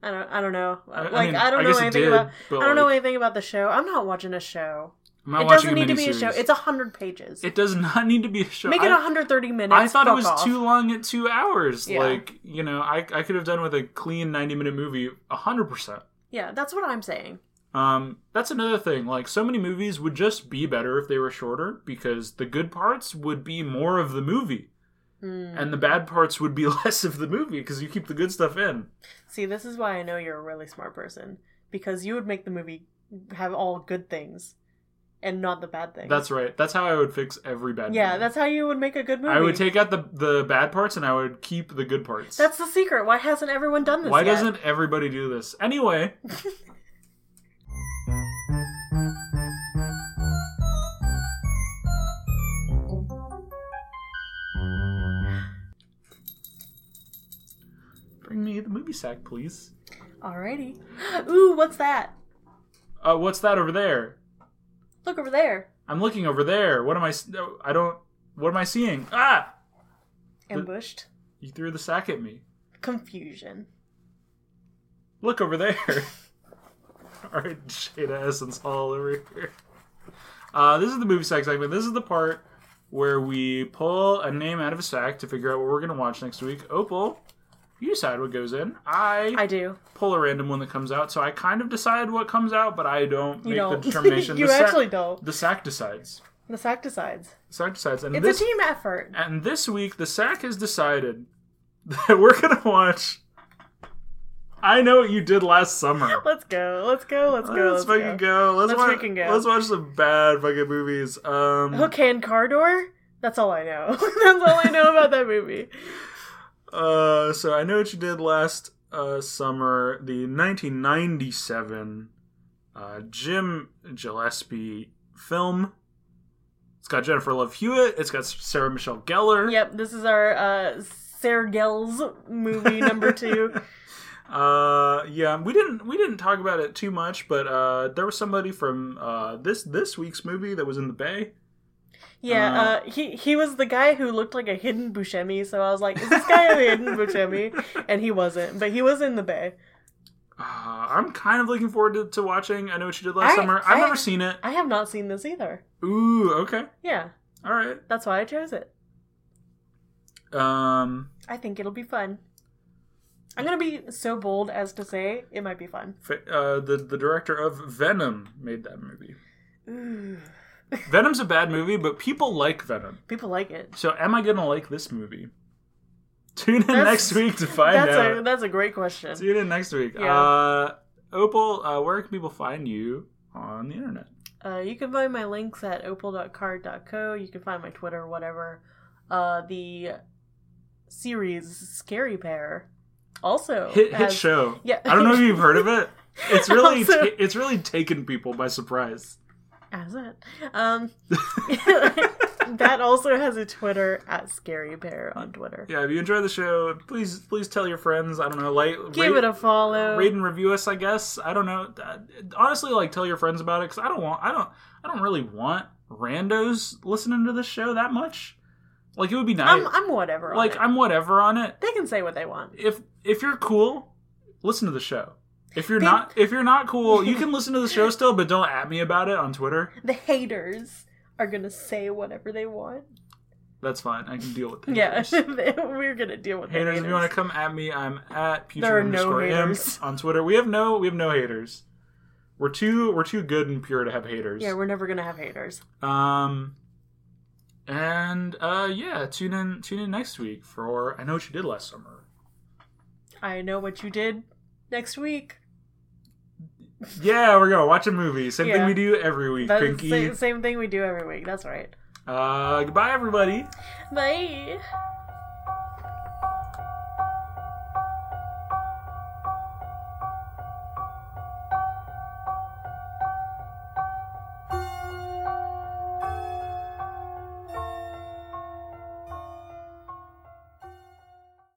B: I don't. I don't know.
A: I-
B: like
A: I mean,
B: I don't
A: I
B: know
A: guess it
B: anything
A: did,
B: about.
A: but,
B: I don't know
A: like,
B: anything about the show. I'm not watching a show.
A: I'm not
B: it doesn't
A: watching
B: need to be a show.
A: miniseries.
B: It's hundred pages.
A: it does not need to be a show
B: Make it
A: I-
B: 130 minutes.
A: I thought it
B: Fuck
A: was
B: off.
A: too long at two hours.
B: Yeah.
A: Like, you know, I, I could have done with a clean 90 minute movie 100%.
B: Yeah, that's what I'm saying.
A: Um, that's another thing. Like, so many movies would just be better if they were shorter because the good parts would be more of the movie
B: Hmm.
A: and the bad parts would be less of the movie because you keep the good stuff in.
B: See, this is why I know you're a really smart person because you would make the movie have all good things and not the bad things.
A: That's right. That's how I would fix every bad
B: yeah.
A: movie.
B: That's how you would make a good movie.
A: I would take out the, the bad parts and I would keep the good parts.
B: That's the secret. Why hasn't everyone done this?
A: Why
B: yet?
A: doesn't everybody do this? Anyway. Bring me the movie sack, please.
B: Alrighty. Ooh, what's that?
A: Uh, what's that over there?
B: Look over there.
A: I'm looking over there. What am I? s- no, I don't. What am I seeing? Ah!
B: Ambushed.
A: You threw the sack at me.
B: Confusion.
A: Look over there. Our Jada Essence all over here. Uh, this is the movie sack segment. This is the part where we pull a name out of a sack to figure out what we're going to watch next week. Opal, you decide what goes in. I,
B: I do.
A: pull a random one that comes out, so I kind of decide what comes out, but I don't
B: You
A: make
B: don't.
A: the determination.
B: you
A: the sack-
B: actually don't.
A: the sack decides.
B: The sack decides.
A: The sack decides, and
B: It's
A: this
B: a team effort.
A: and this week the sack has decided that we're going to watch. I know what you did last summer.
B: Let's go. Let's go. Let's go.
A: Let's, fucking go. Let's,
B: Let's
A: watch,
B: fucking go.
A: Let's watch some bad fucking movies. Um,
B: Hook and car door. That's all I know. That's all I know about that movie.
A: uh, so I know what you did last uh, summer, the 1997 uh, Jim Gillespie film. It's got Jennifer Love Hewitt. It's got Sarah Michelle Gellar.
B: Yep. This is our uh, Sergel's movie number two.
A: Uh, yeah, we didn't we didn't talk about it too much, but uh, there was somebody from uh, this this week's movie that was in the Bay.
B: Yeah.
A: Uh-huh.
B: Uh, he he was the guy who looked like a hidden Buscemi. So I was like, is this guy a hidden Buscemi? And he wasn't, but he was in the Bay.
A: Uh, I'm kind of looking forward to, to watching. I know what you did last
B: I-
A: summer. I've
B: I-
A: never seen it.
B: I have not seen this either.
A: Ooh, okay.
B: Yeah.
A: All right.
B: That's why I chose it.
A: Um
B: I think it'll be fun. I'm gonna be so bold as to say it might be fun.
A: Fa- Uh, the the director of Venom made that movie.
B: Ooh.
A: Venom's a bad movie, but people like Venom.
B: People like it.
A: So am I gonna like this movie? Tune in
B: That's-
A: next week to find
B: that's
A: out.
B: a that's a great question.
A: See you then next week.
B: Yeah.
A: Uh, Opal, uh, where can people find you on the internet?
B: Uh, you can find my links at opal.card.co. You can find my Twitter, whatever. Uh, the series Scary Pair also
A: Hit hit
B: has-
A: show.
B: Yeah,
A: I don't know if you've heard of it. It's really
B: Also-
A: ta- it's really taken people by surprise.
B: As it. Um, that also has a Twitter at Scary Bear on Twitter.
A: Yeah, if you enjoy the show, please please tell your friends. I don't know, like
B: Give it a follow.
A: rate and review us. I guess I don't know. Uh, Honestly, like tell your friends about it because I don't want I don't I don't really want randos listening to this show that much. Like it would be nice.
B: I'm, I'm whatever.
A: like
B: on it.
A: I'm whatever on it.
B: they can say what they want.
A: if if you're cool, listen to the show. If you're
B: They-
A: not if you're not cool, you can listen to the show still, but don't at me about it on Twitter.
B: The haters are gonna say whatever they want.
A: That's fine. I can deal with haters.
B: Yeah, we're gonna deal with the
A: Haters, if you want to come at me, I'm at future
B: There are no
A: underscore imp
B: haters.
A: on Twitter. We have no we have no haters. We're too we're too good and pure to have haters.
B: Yeah, we're never gonna have haters.
A: um and uh yeah, tune in tune in next week for I know what you did last summer.
B: I know what you did next week.
A: Yeah, we're gonna watch a movie. Same
B: Yeah.
A: thing we do every week,
B: That's
A: Pinky.
B: the same, same thing we do every week. That's right.
A: Uh goodbye everybody.
B: Bye.